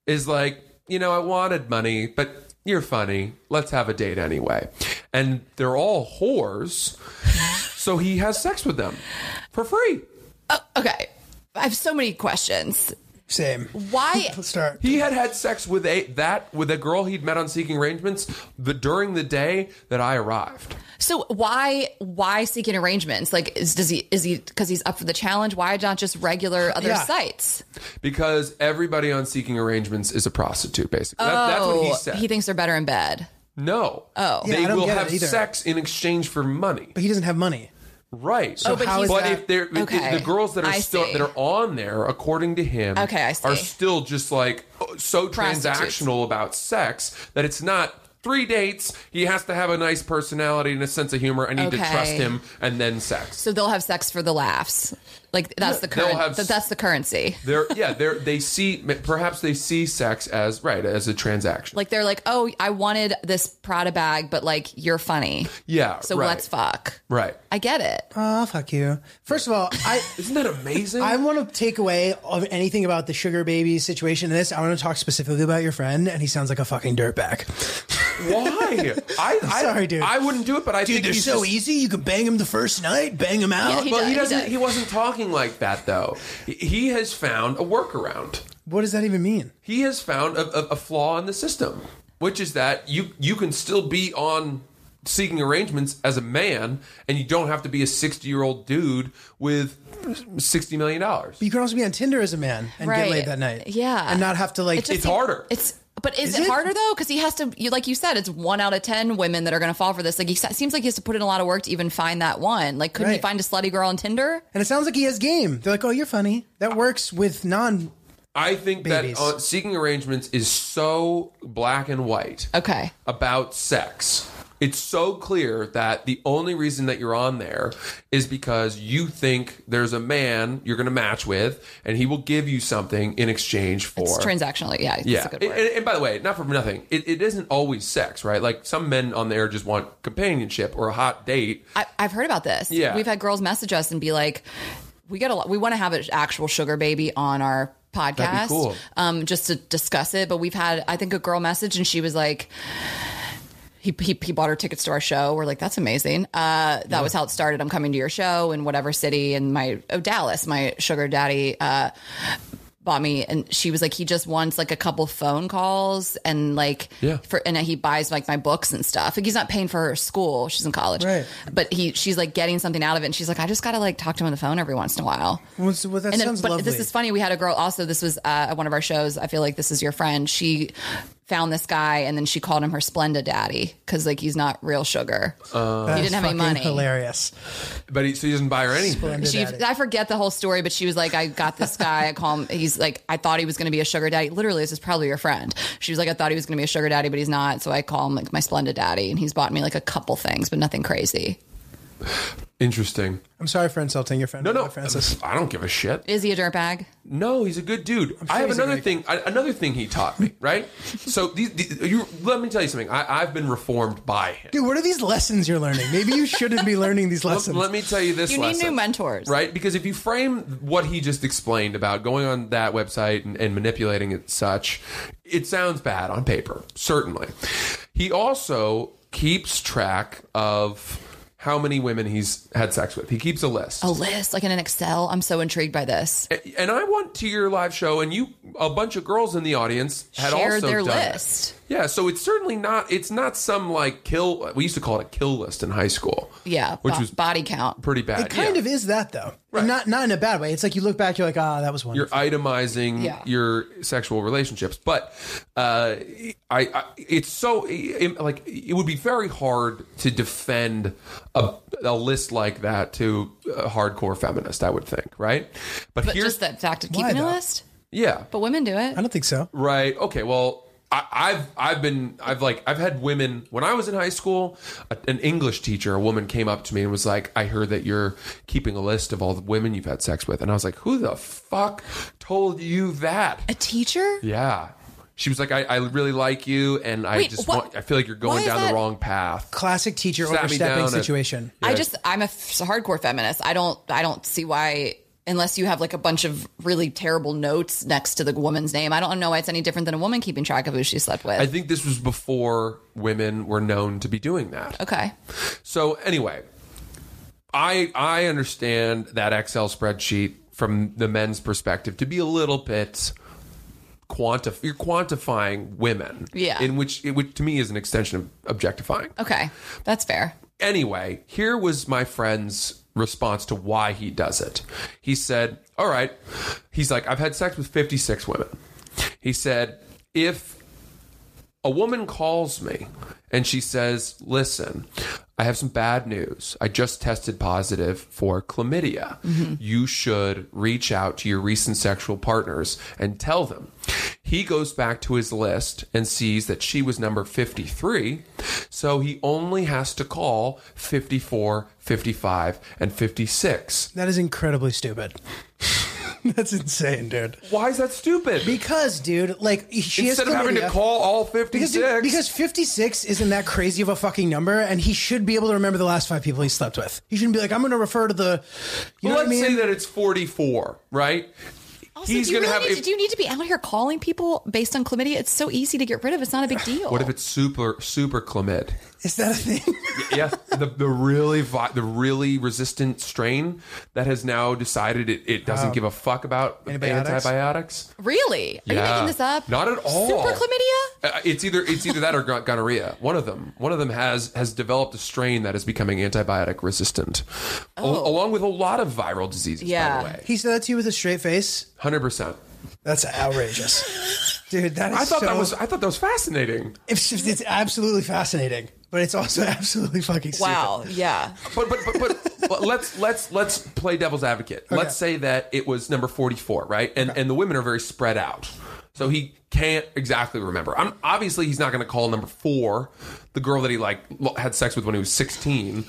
E: is like, You know, I wanted money, but you're funny. Let's have a date anyway. And they're all whores. so
G: Oh,
E: he has sex with them for free.
G: okay I have so many questions
H: Same.
G: Why?
H: Let's start.
E: He had had sex with a that with a girl he'd met on Seeking Arrangements the during the day that I arrived.
G: So why? Why seeking arrangements? Like, is, does he? Is he because he's up for the challenge? Why not just regular other
H: Yeah.
G: sites?
E: because everybody on seeking arrangements is a prostitute basically that, that's what he said
G: Oh, He thinks they're better in bed.
E: no oh
H: Yeah,
E: they
H: I don't
E: will
H: get it
E: have
H: either.
E: sex in exchange for money
H: But he doesn't have money.
E: right
H: Oh, but how he's- is that-
E: if they're if-
G: Okay.
E: the girls that are
G: I
E: still
G: see.
E: that are on there according to him
G: Okay, I see.
E: are still just like oh, so
G: Prostitutes.
E: transactional about sex that it's not Three dates. He has to have a nice personality and a sense of humor. I need to
G: Okay.
E: trust him, and then sex.
G: So they'll have sex for the laughs. Like that's the
E: They'll
G: current.
E: have
G: that- that's the currency.
E: They're yeah. They're they see perhaps they see sex as right as a transaction.
G: Like they're like, oh, I wanted this Prada bag, but like you're funny,
E: yeah.
G: so
E: right,
G: let's fuck.
E: Right.
G: I get it.
H: Oh, fuck you. First of all, I
E: Isn't that amazing?
H: I want to take away of anything about the sugar baby situation. And this, I want to talk specifically about your friend, and he sounds like a fucking dirtbag.
E: Why? I, I
H: sorry, dude.
E: I wouldn't do it, but I think
H: Dude, they're
E: he's
H: so
E: just-
H: easy. You can bang him the first night, bang him out.
G: Yeah, he
E: Well, he
G: does, he
E: doesn't.
G: does.
E: He, wasn't talking like that though. He- He has found a workaround.
H: what does that even mean?
E: He has found a, a, a flaw in the system, which is that you you can still be on seeking arrangements as a man, and you don't have to be a sixty year old dude with sixty million dollars.
H: You can also be on Tinder as a man and get laid that night.
G: Yeah.
H: And not have to like.
G: It just
E: It's
G: seem-
E: harder.
G: It's but is,
H: Is
G: it,
H: it?
G: harder though? Because he has to, you, like you said, it's one out of ten women that are going to fall for this. Like he sa- seems like he has to put in a lot of work to even find that one. Like, couldn't he
H: Right.
G: find a slutty girl on Tinder?
H: and it sounds like he has game. They're like, oh, you're funny. That works with non.
E: I think
H: Babies.
E: that uh, seeking arrangements is so black and white.
G: Okay,
E: about sex. It's so clear that the only reason that you're on there is because you think there's a man you're going to match with, and he will give you something in exchange for.
G: it's transactionally. Yeah, it's
E: yeah,
G: a good
E: and,
G: word.
E: and- and by the way, not for nothing, it, it isn't always sex, right? Like some men on there just want companionship or a hot date.
G: I, I've heard about this.
E: Yeah.
G: we've had girls message us and be like, "We got a lot. We want to have an actual sugar baby on our podcast,
E: cool.
G: um, just to discuss it." But we've had, I think, a girl message and she was like. He, he, he bought her tickets to our show. We're like, that's amazing. Uh, that was how it started. I'm coming to your show in whatever city. And my, oh, Dallas, my sugar daddy uh, bought me. And she was like, he just wants like a couple phone calls and like,
E: Yeah.
G: for, and he buys like my books and stuff. Like he's not paying for her school. She's in college
H: Right.
G: but he she's like getting something out of it and she's like i just gotta like talk to him on the phone every once in a while
H: Well, so- well, that
G: and
H: sounds
G: but
H: lovely.
G: this is funny we had a girl also this was uh, at one of our shows i feel like this is your friend she found this guy and then she called him her splenda daddy because like he's not real sugar
H: That's
G: he didn't have any
H: fucking
G: money
H: Hilarious.
E: But he, so he doesn't buy her anything.
H: Splendid
G: she,
H: at it.
G: I forget the whole story, but she was like, I got this guy. I call him. He's like, I thought he was going to be a sugar daddy. Literally, this is probably your friend. She was like, I thought he was going to be a sugar daddy, but he's not. So I call him like my splenda daddy, and he's bought me like a couple things, but nothing crazy.
E: Interesting.
H: I'm sorry for insulting your friend.
E: No, no,
H: Francis.
E: I don't give a shit.
G: Is he a dirtbag?
E: No, he's a good dude. I have
H: he's a
E: another
H: great
E: thing. I, another thing he taught me. Right. so these, these, you, let me tell you something. I, I've been reformed by him.
H: Dude, what are these lessons you're learning? Maybe you shouldn't be learning these
E: Let,
H: lessons.
E: let me tell you this.
G: You need
E: lesson,
G: new mentors.
E: right? Because if you frame what he just explained about going on that website and, and manipulating it, such, it sounds bad on paper. Certainly, he also keeps track of how many women he's had sex with. He keeps a list.
G: a list like in an excel i'm so intrigued by this
E: and I went to your live show, and you, a bunch of girls in the audience, had
G: Shared
E: also
G: their
E: done it.
G: list.
E: Yeah, so it's certainly not. It's not some like kill. We used to call it a kill list in high school.
G: yeah
E: which
G: bo-
E: was
G: body count
E: pretty bad.
H: It kind
E: yeah.
H: of is that though, And not not in a bad way. It's like you look back, you're like, ah, that was one.
E: You're itemizing
G: Yeah.
E: your sexual relationships, but uh, I, I it's so it, like it would be very hard to defend a, a list like that to a hardcore feminist. I would think, right? But,
G: but
E: here's
G: just the fact of
H: Why,
G: keeping a
H: though?
G: list
E: yeah,
G: but women do
H: I
G: it
H: don't think so.
E: Right. Okay. Well, I, I've I've been I've like I've had women when I was in high school. A, an English teacher, a woman, came up to me and was like, "I heard that you're keeping a list of all the women you've had sex with," and I was like, "Who the fuck told you
G: a
E: that?"
G: teacher
E: Yeah. She was like, "I, I really like you, and I
G: Wait,
E: just
G: what-
E: want. I feel like you're
G: why
E: going
G: is
E: down
G: that-
E: the wrong path."
H: Classic teacher
E: Slap me down
H: overstepping
E: at-
H: situation.
G: i just i'm a f- hardcore feminist i don't i don't see why unless you have like a bunch of really terrible notes next to the woman's name i don't know why it's any different than a woman keeping track of who she slept with
E: I think this was before women were known to be doing that.
G: okay
E: So anyway, I I understand that Excel spreadsheet from the men's perspective to be a little bit quantif- you're quantifying women
G: Yeah.
E: in which it which to me is an extension of objectifying
G: Okay, that's fair.
E: anyway, here was my friend's response to why he does it. He said, All right. He's like, I've had sex with 56 women. He said, If a woman calls me and she says, Listen, I have some bad news. I just tested positive for chlamydia.
H: Mm-hmm.
E: You should reach out to your recent sexual partners and tell them. He goes back to his list and sees that she was number 53, so he only has to call 54, 55, and 56.
F: That is incredibly stupid.
H: That's insane, dude.
E: Why is that stupid?
H: Because, dude, like she
E: Instead
H: has
E: of having to
H: chlamydia-
E: call all
H: Because,
E: 56.
H: dude, because 56 isn't that crazy of a fucking number, and he should be able to remember the last five people he slept with. He shouldn't be like, I'm going to refer to the. You know
E: let's
H: what I mean?
E: say that it's 44, right?
G: Also, do you,
E: gonna
G: really need
E: if-
G: to, do you need to be out here calling people based on chlamydia? It's so easy to get rid of. It's not a big deal.
E: What if it's super super chlamyd?
H: Is that a thing?
E: yeah, the, the really vi- the really resistant strain that has now decided it, it doesn't give a fuck about
H: Antibiotics?
E: antibiotics.
G: really? Are you
E: Yeah.
G: making this up?
E: Not at all.
G: Super chlamydia?
E: Uh, it's either it's either that or gon- gonorrhea. One of them. One of them has has developed a strain that is becoming antibiotic resistant, Al- along with a lot of viral diseases.
G: Yeah.
E: by the way,
H: he said that to you with a straight face.
E: hundred percent.
H: That's outrageous, dude. That is
E: I thought
H: so-
E: that was I thought that was fascinating.
H: It's, just- it's absolutely fascinating, but it's also absolutely fucking stupid.
G: Wow. Yeah.
E: but but but, but, but let's let's let's play devil's advocate. Let's say that it was number forty four, right? And and the women are very spread out, so he can't exactly remember. I'm obviously he's not going to call number four, the girl that he like lo- had sex with when he was sixteen,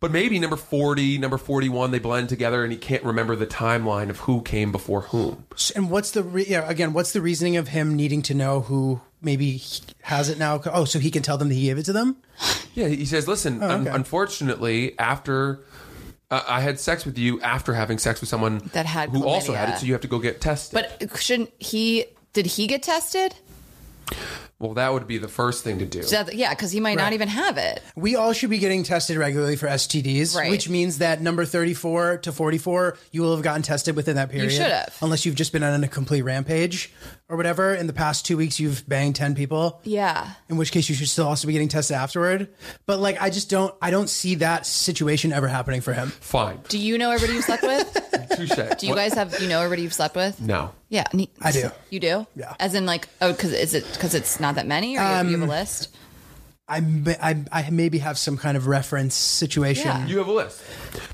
E: but maybe number forty, number forty one, they blend together, and he can't remember the timeline of who came before whom.
H: And what's the re- yeah, again? What's the reasoning of him needing to know who maybe he has it now? Oh, so he can tell them that he gave it to them.
E: Yeah, he says, listen, un- unfortunately, after. Uh, I had sex with you after having sex with someone
G: That had
E: who also had it,
G: chlamydia.
E: so you have to go get tested.
G: But shouldn't he? Did he get tested?
E: Well, that would be the first thing to do.
G: That- yeah, because he might not even have it.
H: We all should be getting tested regularly for STDs,
G: Right.
H: which means that number 34 to 44, you will have gotten tested within that period.
G: should have.
H: Unless you've just been on a complete rampage or whatever. In the past two weeks, you've banged 10 people.
G: Yeah.
H: In which case, you should still also be getting tested afterward. But like, I just don't, I don't see that situation ever happening for him.
E: Fine.
G: Do you know everybody you slept with?
E: Touche.
G: Do you guys have? You know everybody you've slept with?
E: No.
G: Yeah, ne-
H: I do.
G: You do?
H: Yeah.
G: As in, like, oh, because is it because it's not that many, or you- you have a list?
H: I, may- I, I maybe have some kind of reference situation
G: Yeah.
E: You have a list.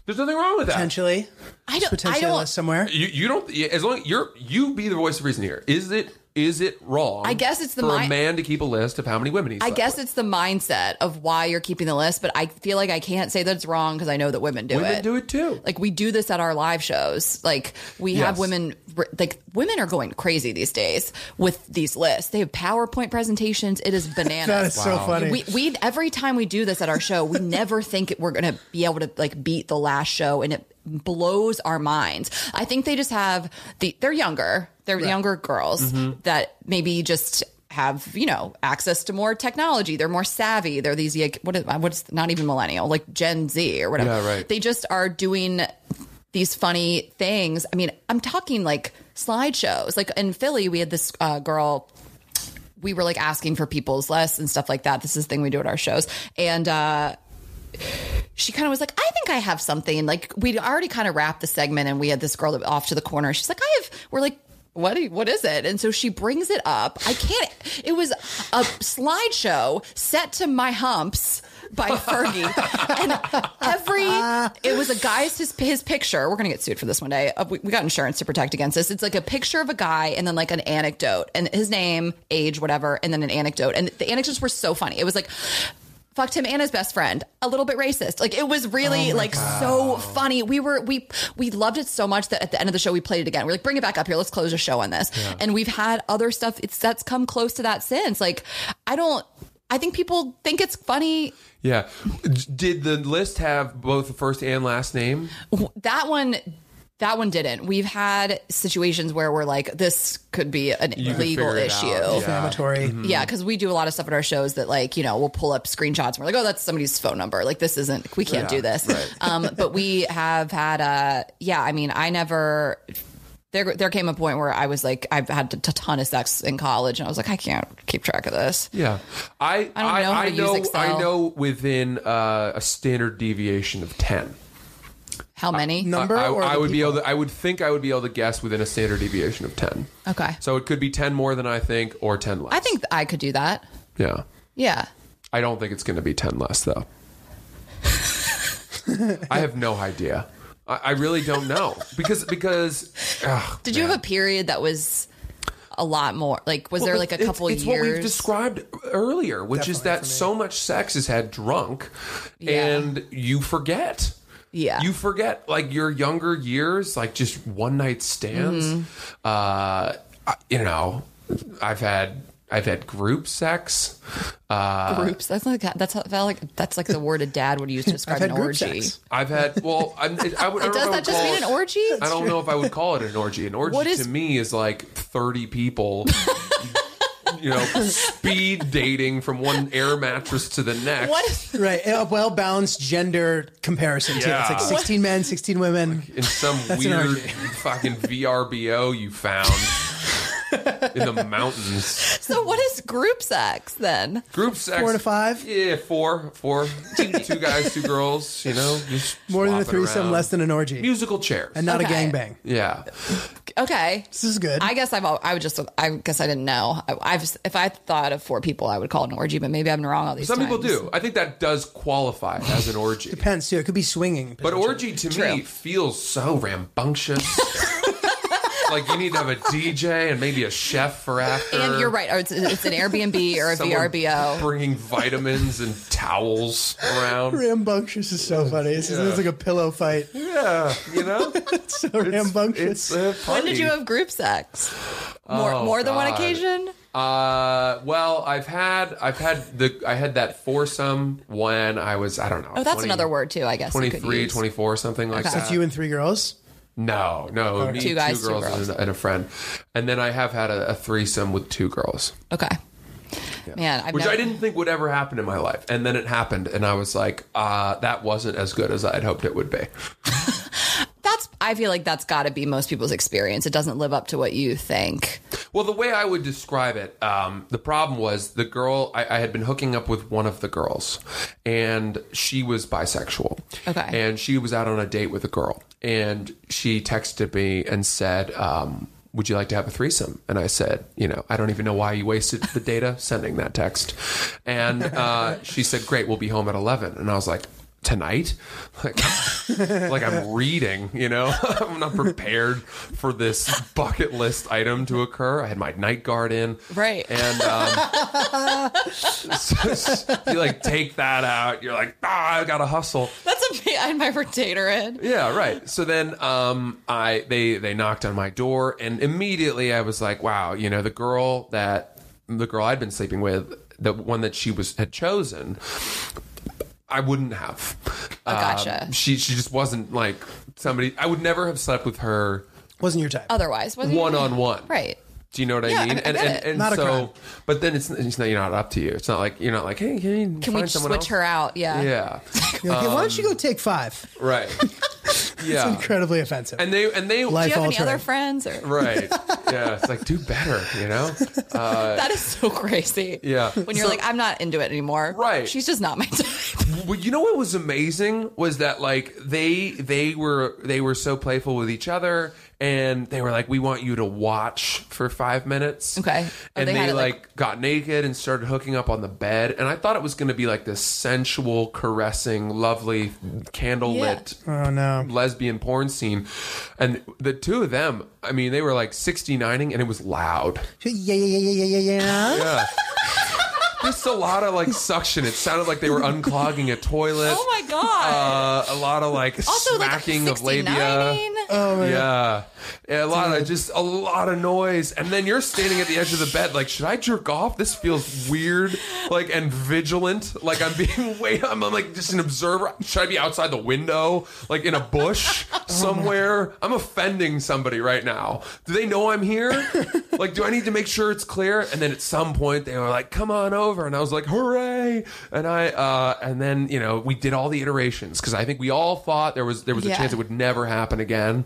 E: There's nothing wrong with that.
H: potentially,
G: I don't. I
H: potentially a
G: don't.
H: list somewhere.
E: You you don't as long you're you be the voice of reason here. Is it is it wrong?
G: I guess it's the
E: for
G: mi-
E: a man to keep a list of how many women he's.
G: I guess it's the mindset of why you're keeping the list, but I feel like I can't say that it's wrong because I know that women do
E: women
G: it.
E: do it too.
G: Like we do this at our live shows. Like we have
E: Yes.
G: women. Like women are going crazy these days with these lists. They have PowerPoint presentations. It is bananas.
H: That is so funny.
G: We, we every time we do this at our show, we never think we're gonna be able to like beat the last show, and it blows our minds. I think they just have the they're younger, they're younger girls
H: Mm-hmm.
G: that maybe just have you know access to more technology. They're more savvy. They're these like, what is what's not even millennial, like Gen Z or whatever.
E: Yeah, right.
G: They just are doing these funny things. I mean, I'm talking like slideshows. Like in Philly, we had this uh, girl we were like asking for people's lists and stuff like that. This is the thing we do at our shows. And uh she kind of was like, I think I have something. Like we'd already kind of wrapped the segment and we had this girl that off to the corner. She's like, I have we're like what, do you- what is it? And so she brings it up. I can't. It was a slideshow set to My Humps by Fergie. and every, it was a guy's, his, his picture. We're going to get sued for this one day. Uh, We, we got insurance to protect against this. It's like a picture of a guy and then like an anecdote and his name, age, whatever, and then an anecdote. And the anecdotes were so funny. It was like, fucked him and his best friend a little bit racist like it was
E: Oh
G: really like so funny we were we we loved it so much that at the end of the show we played it again we're like bring it back up here let's close the show on this and we've had other stuff it's that's come close to that since like i don't i think people think it's funny
E: Yeah. D- Did the list have both the first and last name?
G: that one That one didn't. We've had situations where we're like, this could be an
E: You could
G: legal
E: figure it out.
G: issue.
H: Inflammatory.
E: Mm-hmm.
G: Yeah, because we do a lot of stuff at our shows that, like, you know, we'll pull up screenshots and we're like, oh, that's somebody's phone number. Like, this isn't, we can't do this. Um, but we have had a, yeah, I mean, I never, there, there came a point where I was like, I've had a ton of sex in college and I was like, I can't keep track of this.
E: Yeah, I
G: I don't know how
E: I,
G: to use
E: know
G: Excel.
E: I know within uh, a standard deviation of ten.
G: How many?
H: Number
E: Uh, I,
H: or
E: I
H: the
E: would be
H: people?
E: able. To, I would think I would be able to guess within a standard deviation of ten.
G: Okay.
E: So it could be ten more than I think, or ten less.
G: I think I could do that.
E: Yeah,
G: Yeah.
E: I don't think it's going to be ten less though. I have no idea. I, I really don't know because because. ugh,
G: Did you
E: man.
G: have a period that was a lot more? Like, was there
E: Well,
G: like a
E: it's-
G: couple
E: it's,
G: years?
E: what we've described earlier, which is that so much sex is had drunk,
G: Yeah.
E: and you forget.
G: Yeah.
E: you forget like your younger years, like just one night stands.
G: Mm-hmm.
E: Uh, I- you know, I've had I've had group sex. Uh,
G: groups. That's like that's how, felt like that's like the word a dad would use to describe an
H: had group
G: orgy.
H: sex.
E: I've had well, I'm, it, I, would- I don't
G: Does
E: know if I
G: that
E: would
G: just
E: call
G: mean
E: it-
G: an orgy?
E: I don't know if I would call it an orgy. An orgy
G: What is-
E: to me is like 30 people, you know, speed dating from one air mattress to the next.
G: What is
H: Right. A well balanced gender comparison, too. It's
E: Yeah.
H: like 16 men, 16 women.
E: In some weird fucking VRBO you found in the mountains.
G: so? What is group sex then?
E: Group sex.
H: Four to five?
E: Yeah, four. Four. Two, two guys, two girls, you know, just
H: More than a
E: swapping
H: threesome,
E: around.
H: less than an orgy.
E: musical chairs.
H: and not a
G: Okay.
H: gangbang.
E: yeah.
G: Okay,
H: This is good.
G: I guess I've al- I would just I guess I didn't know. I, I've if I thought of four people, I would call it an orgy, but maybe I'm wrong all these.
E: Some people
G: times.
E: do. I think that does qualify as an orgy.
H: Depends, too. It could be swinging.
E: But orgy to me
G: True.
E: feels so rambunctious. like you need to have a DJ and maybe a chef for after.
G: And you're right. Or it's, it's an Airbnb or a
E: Someone
G: VRBO.
E: Bringing vitamins and towels around.
H: Rambunctious is so funny. It's, it's like a pillow fight.
E: Yeah, you know,
H: So
E: it's
H: rambunctious.
E: a
G: When
E: party.
G: did you have group sex? More
E: Oh,
G: more than one
E: God.
G: occasion.
E: Uh, well, I've had, I've had the, I had that foursome when I was, I don't know.
G: Oh, that's another word too. I guess you could
E: 23,
G: use.
E: 24, something like
G: Okay.
E: that.
G: So
H: It's you and three girls.
E: no, no, me,
G: Two
E: two,
G: guys, two
E: girls,
G: girls.
E: And, a, and a friend, and then I have had a, a threesome with two girls.
G: Okay. Man, I've
E: which
G: never,
E: I didn't think would ever happen in my life, and then it happened, and I was like, uh, that wasn't as good as I had hoped it would be.
G: That's I feel like that's got to be most people's experience. It doesn't live up to what you think.
E: Well, the way I would describe it, um, the problem was the girl I, I had been hooking up with one of the girls, and she was bisexual.
G: Okay.
E: and she was out on a date with a girl, and she texted me and said. Um, would you like to have a threesome? And I said, you know, I don't even know why you wasted the data sending that text. And uh, she said, great, we'll be home at 11. And I was like, tonight? Like, like I'm reading, you know? I'm not prepared for this bucket list item to occur. I had my night guard in.
G: Right.
E: And um, so you like take that out. You're like, ah, I gotta hustle.
G: That's a I had my retainer in.
E: Yeah, right. So then um, I they they knocked on my door, and immediately I was like, wow, you know, the girl that the girl I'd been sleeping with, the one that she was had chosen. I wouldn't have. Um,
G: Oh, gotcha.
E: she she just wasn't like somebody. I would never have slept with her
H: Wasn't your type.
G: Otherwise, wasn't
E: one on one.
G: Right.
E: Do you know what I
G: Yeah,
E: mean?
G: I- I
E: and
G: get
E: and,
G: it.
E: and
H: Not a crime.
E: so, but then it's, it's not you're not up to you. It's not like you're not like hey can
G: Can
E: you
G: we
E: find
G: just
E: someone
G: switch
E: else?
G: her out? Yeah.
E: Yeah,
H: You're like, "Hey, why don't you go take five?
E: right. yeah,
H: Incredibly offensive.
E: Um, and they and they
G: Do
H: Life
G: you have any
H: altering.
G: other friends? Or
E: right. Yeah, it's like do better. You know. Uh,
G: that is so crazy.
E: Yeah.
G: When you're
E: So-
G: like, I'm not into it anymore.
E: Right.
G: She's just not my type.
E: Well, you know what was amazing was that like they they were they were so playful with each other and they were like we want you to watch for 5 minutes.
G: Okay. Oh,
E: and
G: they
E: they,
G: had it, like-
E: like, got naked and started hooking up on the bed and I thought it was going to be like this sensual caressing lovely candlelit
H: oh, no.
E: lesbian porn scene and the two of them I mean they were like 69ing and it was loud.
H: Yeah, yeah, yeah, yeah, yeah, yeah. yeah.
E: Yeah. Just a lot of like suction. It sounded like they were unclogging a toilet.
G: Oh my god.
E: Uh, a lot of like
G: also, like
E: smacking of labia.
G: 69ing.
E: yeah. a lot of just a lot of noise, and then you're standing at the edge of the bed, like, should I jerk off? This feels weird, like, and vigilant, like I'm being way, I'm, I'm like just an observer. Should I be outside the window, like in a bush somewhere? I'm offending somebody right now. Do they know I'm here? like, do I need to make sure it's clear? And then at some point they were like, "Come on over," and I was like, "Hooray!" And I, uh, and then you know, we did all the iterations because I think we all thought there was there was a
G: Yeah.
E: chance it would never happen again.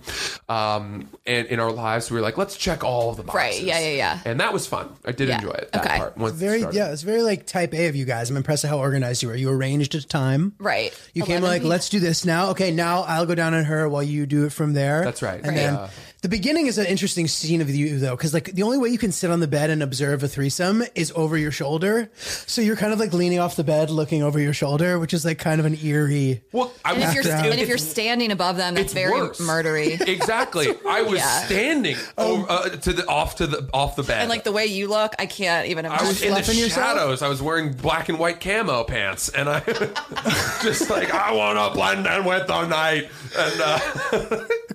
E: Um, and in our lives, we were like, let's check all the boxes.
G: Right, yeah, yeah, yeah.
E: And that was fun. I did
G: Yeah,
E: enjoy it. That
G: okay.
E: part. Once it
H: Very
E: started.
H: yeah, it's very like type A of you guys. I'm impressed at how organized you were. You arranged a time.
G: Right.
H: You came
G: 11
H: like,
G: people.
H: let's do this now. Okay, now I'll go down on her while you do it from there.
E: That's right.
H: And then
E: Yeah.
H: the beginning is an interesting scene of you though, because like the only way you can sit on the bed and observe a threesome is over your shoulder. So you're kind of like leaning off the bed, looking over your shoulder, which is like kind of an eerie.
E: Well, I
G: And
E: was
G: if, you're,
H: After
G: and if you're standing above them, that's
E: It's
G: very
E: worse.
G: murdery.
E: exactly. I was
G: Yeah.
E: standing
H: Oh.
E: over, uh, to the off to the off the bed.
G: and like the way you look, I can't even
E: I
G: imagine.
E: was in the
H: Fluffing yourself?
E: shadows. I was wearing black and white camo pants, and I just like I want to blend in with the night. And, uh,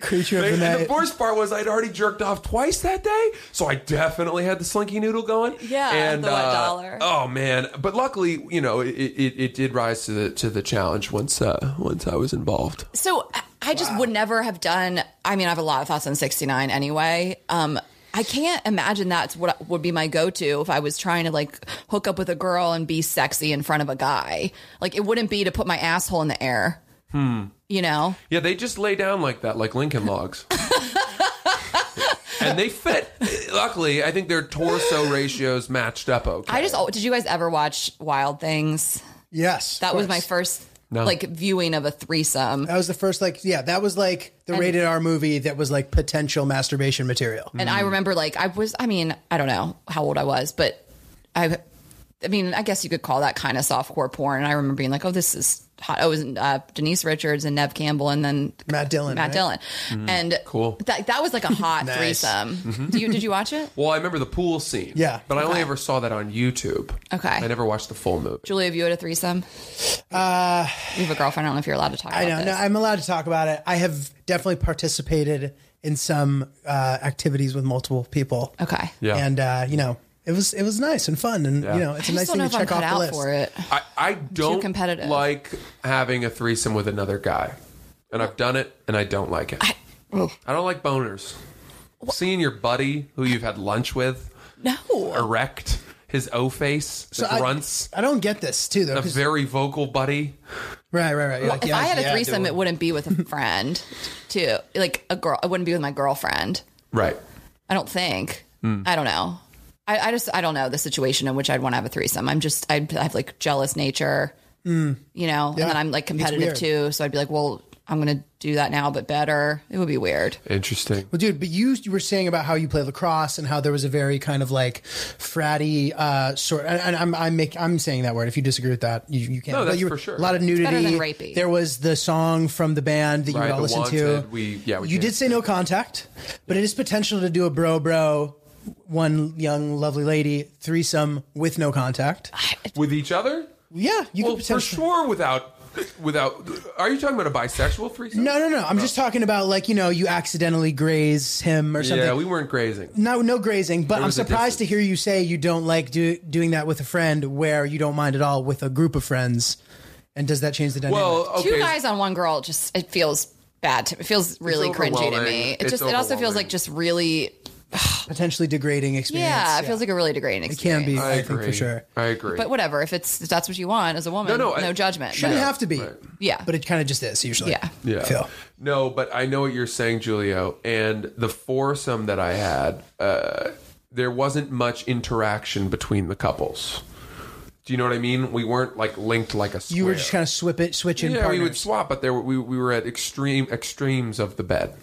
H: Creature of the
E: and the
H: night.
E: worst part was I'd already jerked off twice that day, so I definitely had the slinky noodle going.
G: Yeah,
E: and
G: the one
E: uh,
G: dollar.
E: oh man! But luckily, you know, it, it, it did rise to the to the challenge once uh, once I was involved.
G: So I- I just would never have done. I mean, I have a lot of thoughts on 69 anyway. Um, I can't imagine that's what would be my go to if I was trying to like hook up with a girl and be sexy in front of a guy. Like, it wouldn't be to put my asshole in the air. Hmm. You know?
E: Yeah, they just lay down like that, like Lincoln logs. and they fit. Luckily, I think their torso ratios matched up okay.
G: I just, oh, did you guys ever watch Wild Things?
H: Yes. of
G: That was
H: course.
G: my first
E: No.
G: like viewing of a threesome.
H: That was the first like yeah, that was like the rated R movie that was like potential masturbation material.
G: And I remember like I was I mean, I don't know how old I was, but I I mean, I guess you could call that kind of softcore porn. And I remember being like, "Oh, this is hot." Oh, it was uh, Denise Richards and Nev Campbell, and then
H: Matt Dillon,
G: Matt
H: right? Mm.
G: Dillon, and
E: Cool.
G: That that was like a hot
H: Nice. Mm-hmm.
G: threesome. Do you, did you watch it,
E: well, I remember the pool scene.
H: Yeah.
E: But I only ever saw that on YouTube.
G: Okay.
E: I never watched the full movie.
G: Julia? Have you had a threesome? Uh, you have a girlfriend. I don't know if you're allowed to talk.
H: I
G: about
H: know. No,
G: this.
H: I'm allowed to talk about it. I have definitely participated in some uh, activities with multiple people.
G: okay.
E: Yeah.
H: And uh, you know, it was it was nice and fun, and you know, it's
G: I
H: a
G: just don't
H: nice thing
G: know
H: to
G: if I'm
H: check
G: cut
H: off the
G: out
H: list.
G: for it.
E: I, I don't
G: competitive.
E: like having a threesome with another guy. And I've done it and I don't like it. I, don't like boners. Seeing your buddy who you've had lunch with
G: No.
E: erect his O face, the
H: So I-
E: grunts,
H: I, don't get this too, though.
E: a
H: 'cause-
E: very vocal buddy.
H: right, right, right. You're like,
G: If
H: yeah,
G: I had
H: yeah,
G: a threesome,
H: dude.
G: it wouldn't be with a friend, too. Like a girl, it wouldn't be with my girlfriend.
E: Right.
G: I don't think.
H: Hmm.
G: I don't know. I, I just I don't know the situation in which I'd want to have a threesome. I'm just I have like jealous nature, you know, and then I'm like competitive
H: Hmm. weird.
G: too. So I'd be like, well, I'm gonna do that now, but better. It would be weird.
E: Interesting.
H: Well, dude, but you, you were saying about how you play lacrosse and how there was a very kind of like fratty uh, sort. And, and I'm I'm make, I'm saying that word. If you disagree with that, you, you can't.
E: No,
H: But
E: that's
H: you
E: for
H: were-
E: sure.
H: A lot of nudity.
G: better than rapey.
H: There was the song from the band that you
E: Right,
H: would all
E: the
H: listen to.
E: Wanted, we- yeah, we
H: you did
E: can't-
H: say no contact, but it is potential to do a bro bro, one young lovely lady threesome with no contact.
E: With each other?
H: Yeah, you
E: Well,
H: could
E: for
H: potentially.
E: sure without without are you talking about a bisexual threesome?
H: No, no, no. I'm just talking about like you know you accidentally graze him or something.
E: Yeah, we weren't grazing.
H: No, no grazing. But I'm
E: was a
H: surprised to
E: difference.
H: hear you say you don't like do, doing that with a friend, where you don't mind at all with a group of friends. And does that change the dynamic?
E: Well, okay.
G: Two guys on one girl, it just it feels bad. To, it feels really cringy to
E: overwhelming.
G: me. It
E: It's
G: just it also feels
E: overwhelming.
G: like just really
H: potentially degrading experience.
G: yeah, It feels like a really degrading.
H: it can be.
G: experience.
H: I,
E: I
H: think
E: agree
H: for sure.
E: I agree.
G: But whatever, if it's if that's what you want as a woman,
E: No,
G: no,
E: no, I-
G: judgment.
H: Shouldn't
G: but-
H: have to be.
G: Yeah.
H: but it kind of just is usually.
G: Yeah.
E: yeah.
H: I feel.
E: No, but I know what you're saying, Julio. And the foursome that I had, uh, there wasn't much interaction between the couples. Do you know what I mean? We weren't like linked like a square.
H: You were just kind of swip it, switching.
E: yeah, we would
H: partners.
E: swap, but there we, we were at extreme extremes of the bed.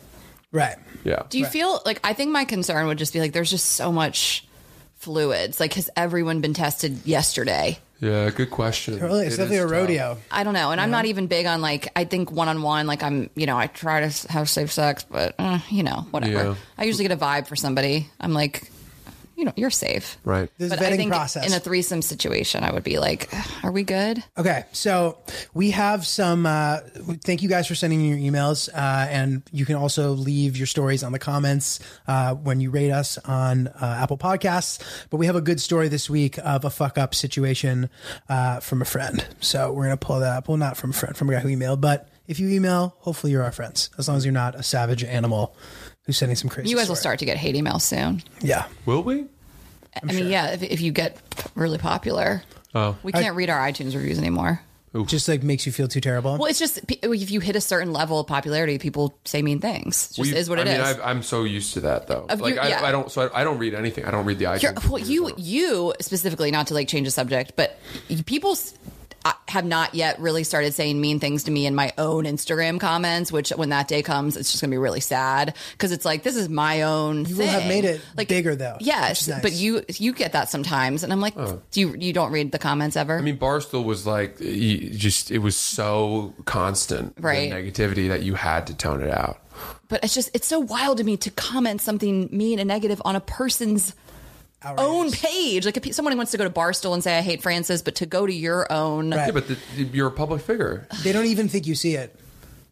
H: Right.
E: Yeah.
G: Do you feel like I think my concern would just be like there's just so much fluids. Like has everyone been tested yesterday?
E: yeah, good question.
H: Really, it's
E: It
H: definitely
E: is
H: a
E: tough.
H: rodeo.
G: I don't know. And I'm not even big on like I think one on one like I'm, you know, I try to s- have safe sex, but uh, you know, whatever.
E: Yeah.
G: I usually get a vibe for somebody. I'm like you know, you're safe.
E: Right.
H: There's a
G: But I
H: vetting
G: think
H: process.
G: in a threesome situation, I would be like, are we good?
H: Okay, so we have some. Uh, thank you guys for sending in your emails, uh, and you can also leave your stories on the comments uh, when you rate us on uh, Apple Podcasts. But we have a good story this week of a fuck up situation uh, from a friend. So we're gonna pull that up. Well, not from a friend, from a guy who emailed, but if you email, hopefully you're our friends, as long as you're not a savage animal who's sending some crazy.
G: You guys will
H: story.
G: start to get hate email soon.
H: Yeah.
E: Will we?
G: i mean, yeah, if, if you get really popular,
E: Oh.
G: we can't read our iTunes reviews anymore.
H: Just like makes you feel too terrible.
G: Well, it's just p- if you hit a certain level of popularity, people say mean things. It just
E: Well, you-
G: is what
E: I
G: it is.
E: mean, I've, I'm so used to that though.
G: Of
E: like
G: you-
E: I,
G: yeah.
E: I don't. So I, I don't read anything. I don't read the iTunes.
G: You're- well,
E: reviews
G: you
E: or-
G: you specifically not to like change the subject, but y- people s- I- have not yet really started saying mean things to me in my own Instagram comments. Which when that day comes, it's just gonna be really sad because it's like this is my own.
H: You will have
G: thing.
H: made it bigger, though, which is
G: Yes,
H: nice.
G: but you you get that sometimes, and I'm like, do you you don't read the comments ever?
E: Oh. I mean, Barstool was like you just. It was so constant, the
G: Right.
E: negativity that you had to tone it out.
G: but it's just it's so wild to me to comment something mean and negative on a person's own page. Like if pe- someone wants to go to Barstool and say I hate Francis, but to go to your own,
E: Yeah, but the, you're a public figure.
H: They don't even think you see it.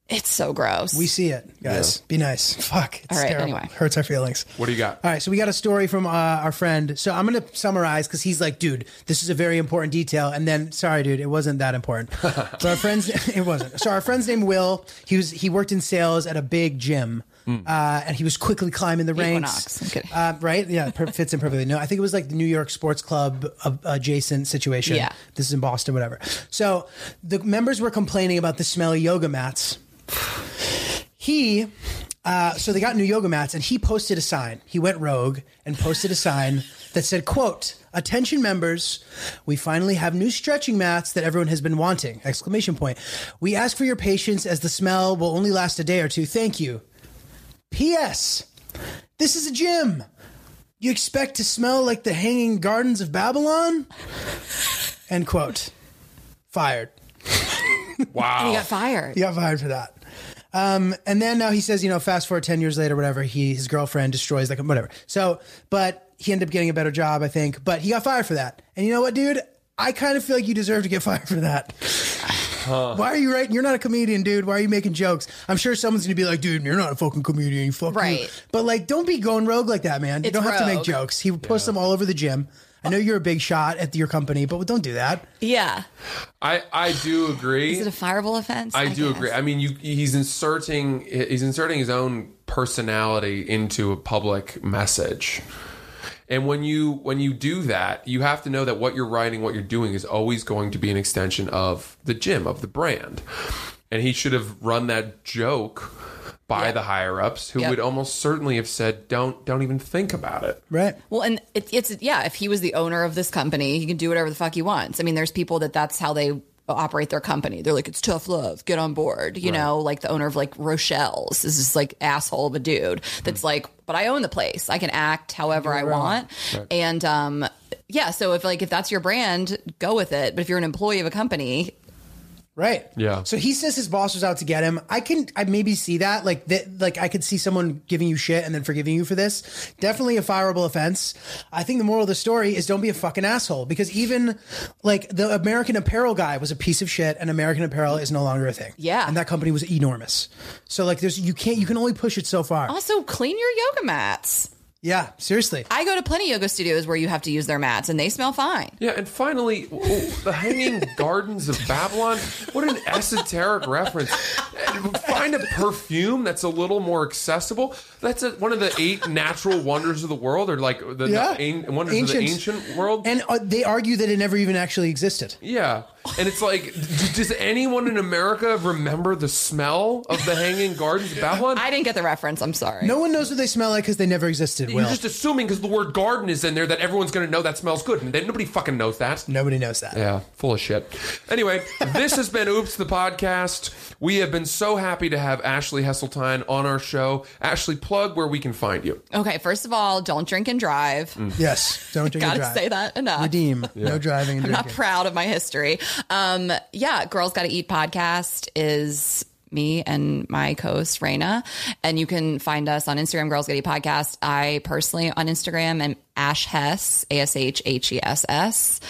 G: it's so gross.
H: We see it, guys. Be nice. Fuck. It's
G: All right,
H: terrible.
G: anyway.
H: Hurts our feelings.
E: What do you got?
H: All right, so we got a story from uh, our friend. So I'm going to summarize because he's like, dude, this is a very important detail. And then, sorry, dude, it wasn't that important. so our friend's, it wasn't. So our friend's name Will. He was he worked in sales at a big gym,
E: Hmm.
H: uh, and he was quickly climbing the
G: Equinox. I'm
H: ranks.
G: kidding.
H: Uh, right? Yeah, per- fits in perfectly. No, I think it was like the New York Sports Club uh, adjacent situation.
G: Yeah.
H: this is in Boston, whatever. So the members were complaining about the smelly yoga mats he uh, so they got new yoga mats and he posted a sign he went rogue and posted a sign that said quote attention members we finally have new stretching mats that everyone has been wanting exclamation point we ask for your patience as the smell will only last a day or two thank you ps this is a gym you expect to smell like the hanging gardens of babylon end quote fired
G: and he
E: Wow.
G: got fired.
H: he got fired for that. Um, and then now he says, you know, fast forward 10 years later, whatever, he, his girlfriend destroys like whatever. So, but he ended up getting a better job, I think, but he got fired for that. And you know what, dude? I kind of feel like you deserve to get fired for that. Why are you writing? You're not a comedian, dude. Why are you making jokes? I'm sure someone's gonna be like, dude, you're not a fucking comedian. Fuck you."
G: Right.
H: But like, don't be going rogue like that, man. You
G: It's
H: don't have to make
G: rogue.
H: jokes. He posts them all over the gym. I know you're a big shot at your company, but don't do that.
G: Yeah.
E: I I do agree.
G: Is it a fireable offense?
E: I, do
G: guess.
E: agree. I mean, you, he's inserting he's inserting his own personality into a public message. And when you when you do that, you have to know that what you're writing, what you're doing is always going to be an extension of the gym, of the brand. And he should have run that joke by the higher ups who
G: Yep.
E: would almost certainly have said don't don't even think about it.
H: Right.
G: Well, and it, it's yeah. If he was the owner of this company, he can do whatever the fuck he wants. I mean, there's people that that's how they operate their company. They're like, it's tough love, get on board. You know, like the owner of like Rochelle's is this like asshole of a dude that's like, but I own the place. I can act however I want. And um, yeah. So if like if that's your brand, go with it. But if you're an employee of a company,
H: Right.
E: Yeah.
H: So he says his boss was out to get him. I can I maybe see that. Like that like I could see someone giving you shit and then forgiving you for this. Definitely a fireable offense. I think the moral of the story is don't be a fucking asshole because even like the American Apparel guy was a piece of shit and American Apparel is no longer a thing.
G: Yeah.
H: And that company was enormous. So like there's you can't you can only push it so far.
G: also clean your yoga mats.
H: Yeah, seriously.
G: I go to plenty of yoga studios where you have to use their mats, and they smell fine.
E: Yeah, and finally, oh, the Hanging Gardens of Babylon. What an esoteric reference. And Find a perfume that's a little more accessible. That's a, one of the eight natural wonders of the world, or like the, the
H: Yeah.
E: an- wonders
H: Ancient.
E: of the ancient world.
H: And uh, they argue that it never even actually existed.
E: yeah, and it's like, d- does anyone in America remember the smell of the Hanging Gardens of Babylon?
G: I didn't get the reference. I'm sorry.
H: No one knows what they smell like because they never existed.
E: You're
H: Will.
E: just assuming because the word garden is in there that everyone's going to know that smells good, and then nobody fucking knows that.
H: Nobody knows that.
E: Yeah, full of shit. Anyway, this has been Oops the podcast. We have been so happy to have Ashley Hesseltine on our show. Ashley, plug where we can find you.
G: Okay, first of all, don't drink and drive.
H: Yes. Don't drink and
G: Gotta
H: drive.
G: say that enough.
H: Redeem. No driving and
G: I'm not
H: drinking.
G: proud of my history. Um, yeah, Girls Gotta Eat podcast is me and my co-host Raina. And you can find us on Instagram, Girls Getty Podcast. I personally on Instagram am Ash Hess, A S H H E S S,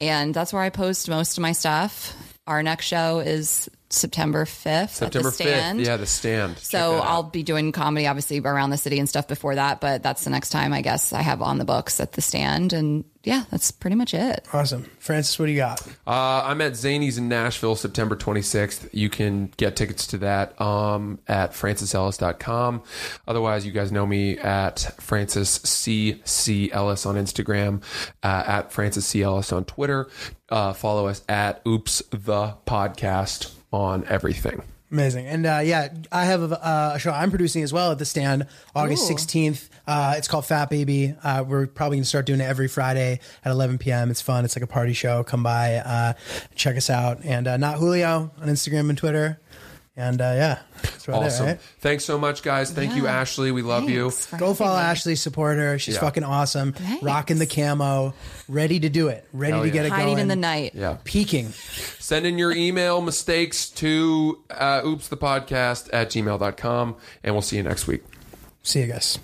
G: and that's where I post most of my stuff. Our next show is September fifth.
E: September
G: at the stand.
E: fifth. Yeah, the stand. Check
G: So
E: that out.
G: I'll be doing comedy, obviously, around the city and stuff before that. But that's the next time I guess I have on the books at the stand. And yeah, that's pretty much it.
H: Awesome. Francis, what do you got?
E: Uh, I'm at Zany's in Nashville, September 26th. You can get tickets to that um, at francisellis.com. Otherwise, you guys know me at Francis C. C. Ellis on Instagram, uh, at Francis C. Ellis on Twitter. Uh, follow us at Oops the Podcast on everything.
H: Amazing. And uh, yeah, I have a, a show I'm producing as well at the stand August 16th. Uh, it's called Fat Baby. Uh, we're probably going to start doing it every Friday at 11 p.m. It's fun. It's like a party show. Come by, uh, check us out. And uh, not Julio on Instagram and Twitter. And uh, yeah, that's about
E: Awesome.
H: it, right?
E: Thanks so much, guys. Thank you, Ashley. We love you.
G: Thanks for
H: Go follow
G: having me.
H: Ashley, support her. She's
E: Yeah.
H: fucking awesome.
G: Thanks.
H: Rocking the camo, ready to do it, ready
E: Hell
H: to
E: yeah.
H: get it
G: Hiding
H: going.
G: in the night.
E: Yeah.
H: Peaking.
E: Send in your email mistakes to uh, oopsthepodcast at gmail.com, and we'll see you next week.
H: See you guys.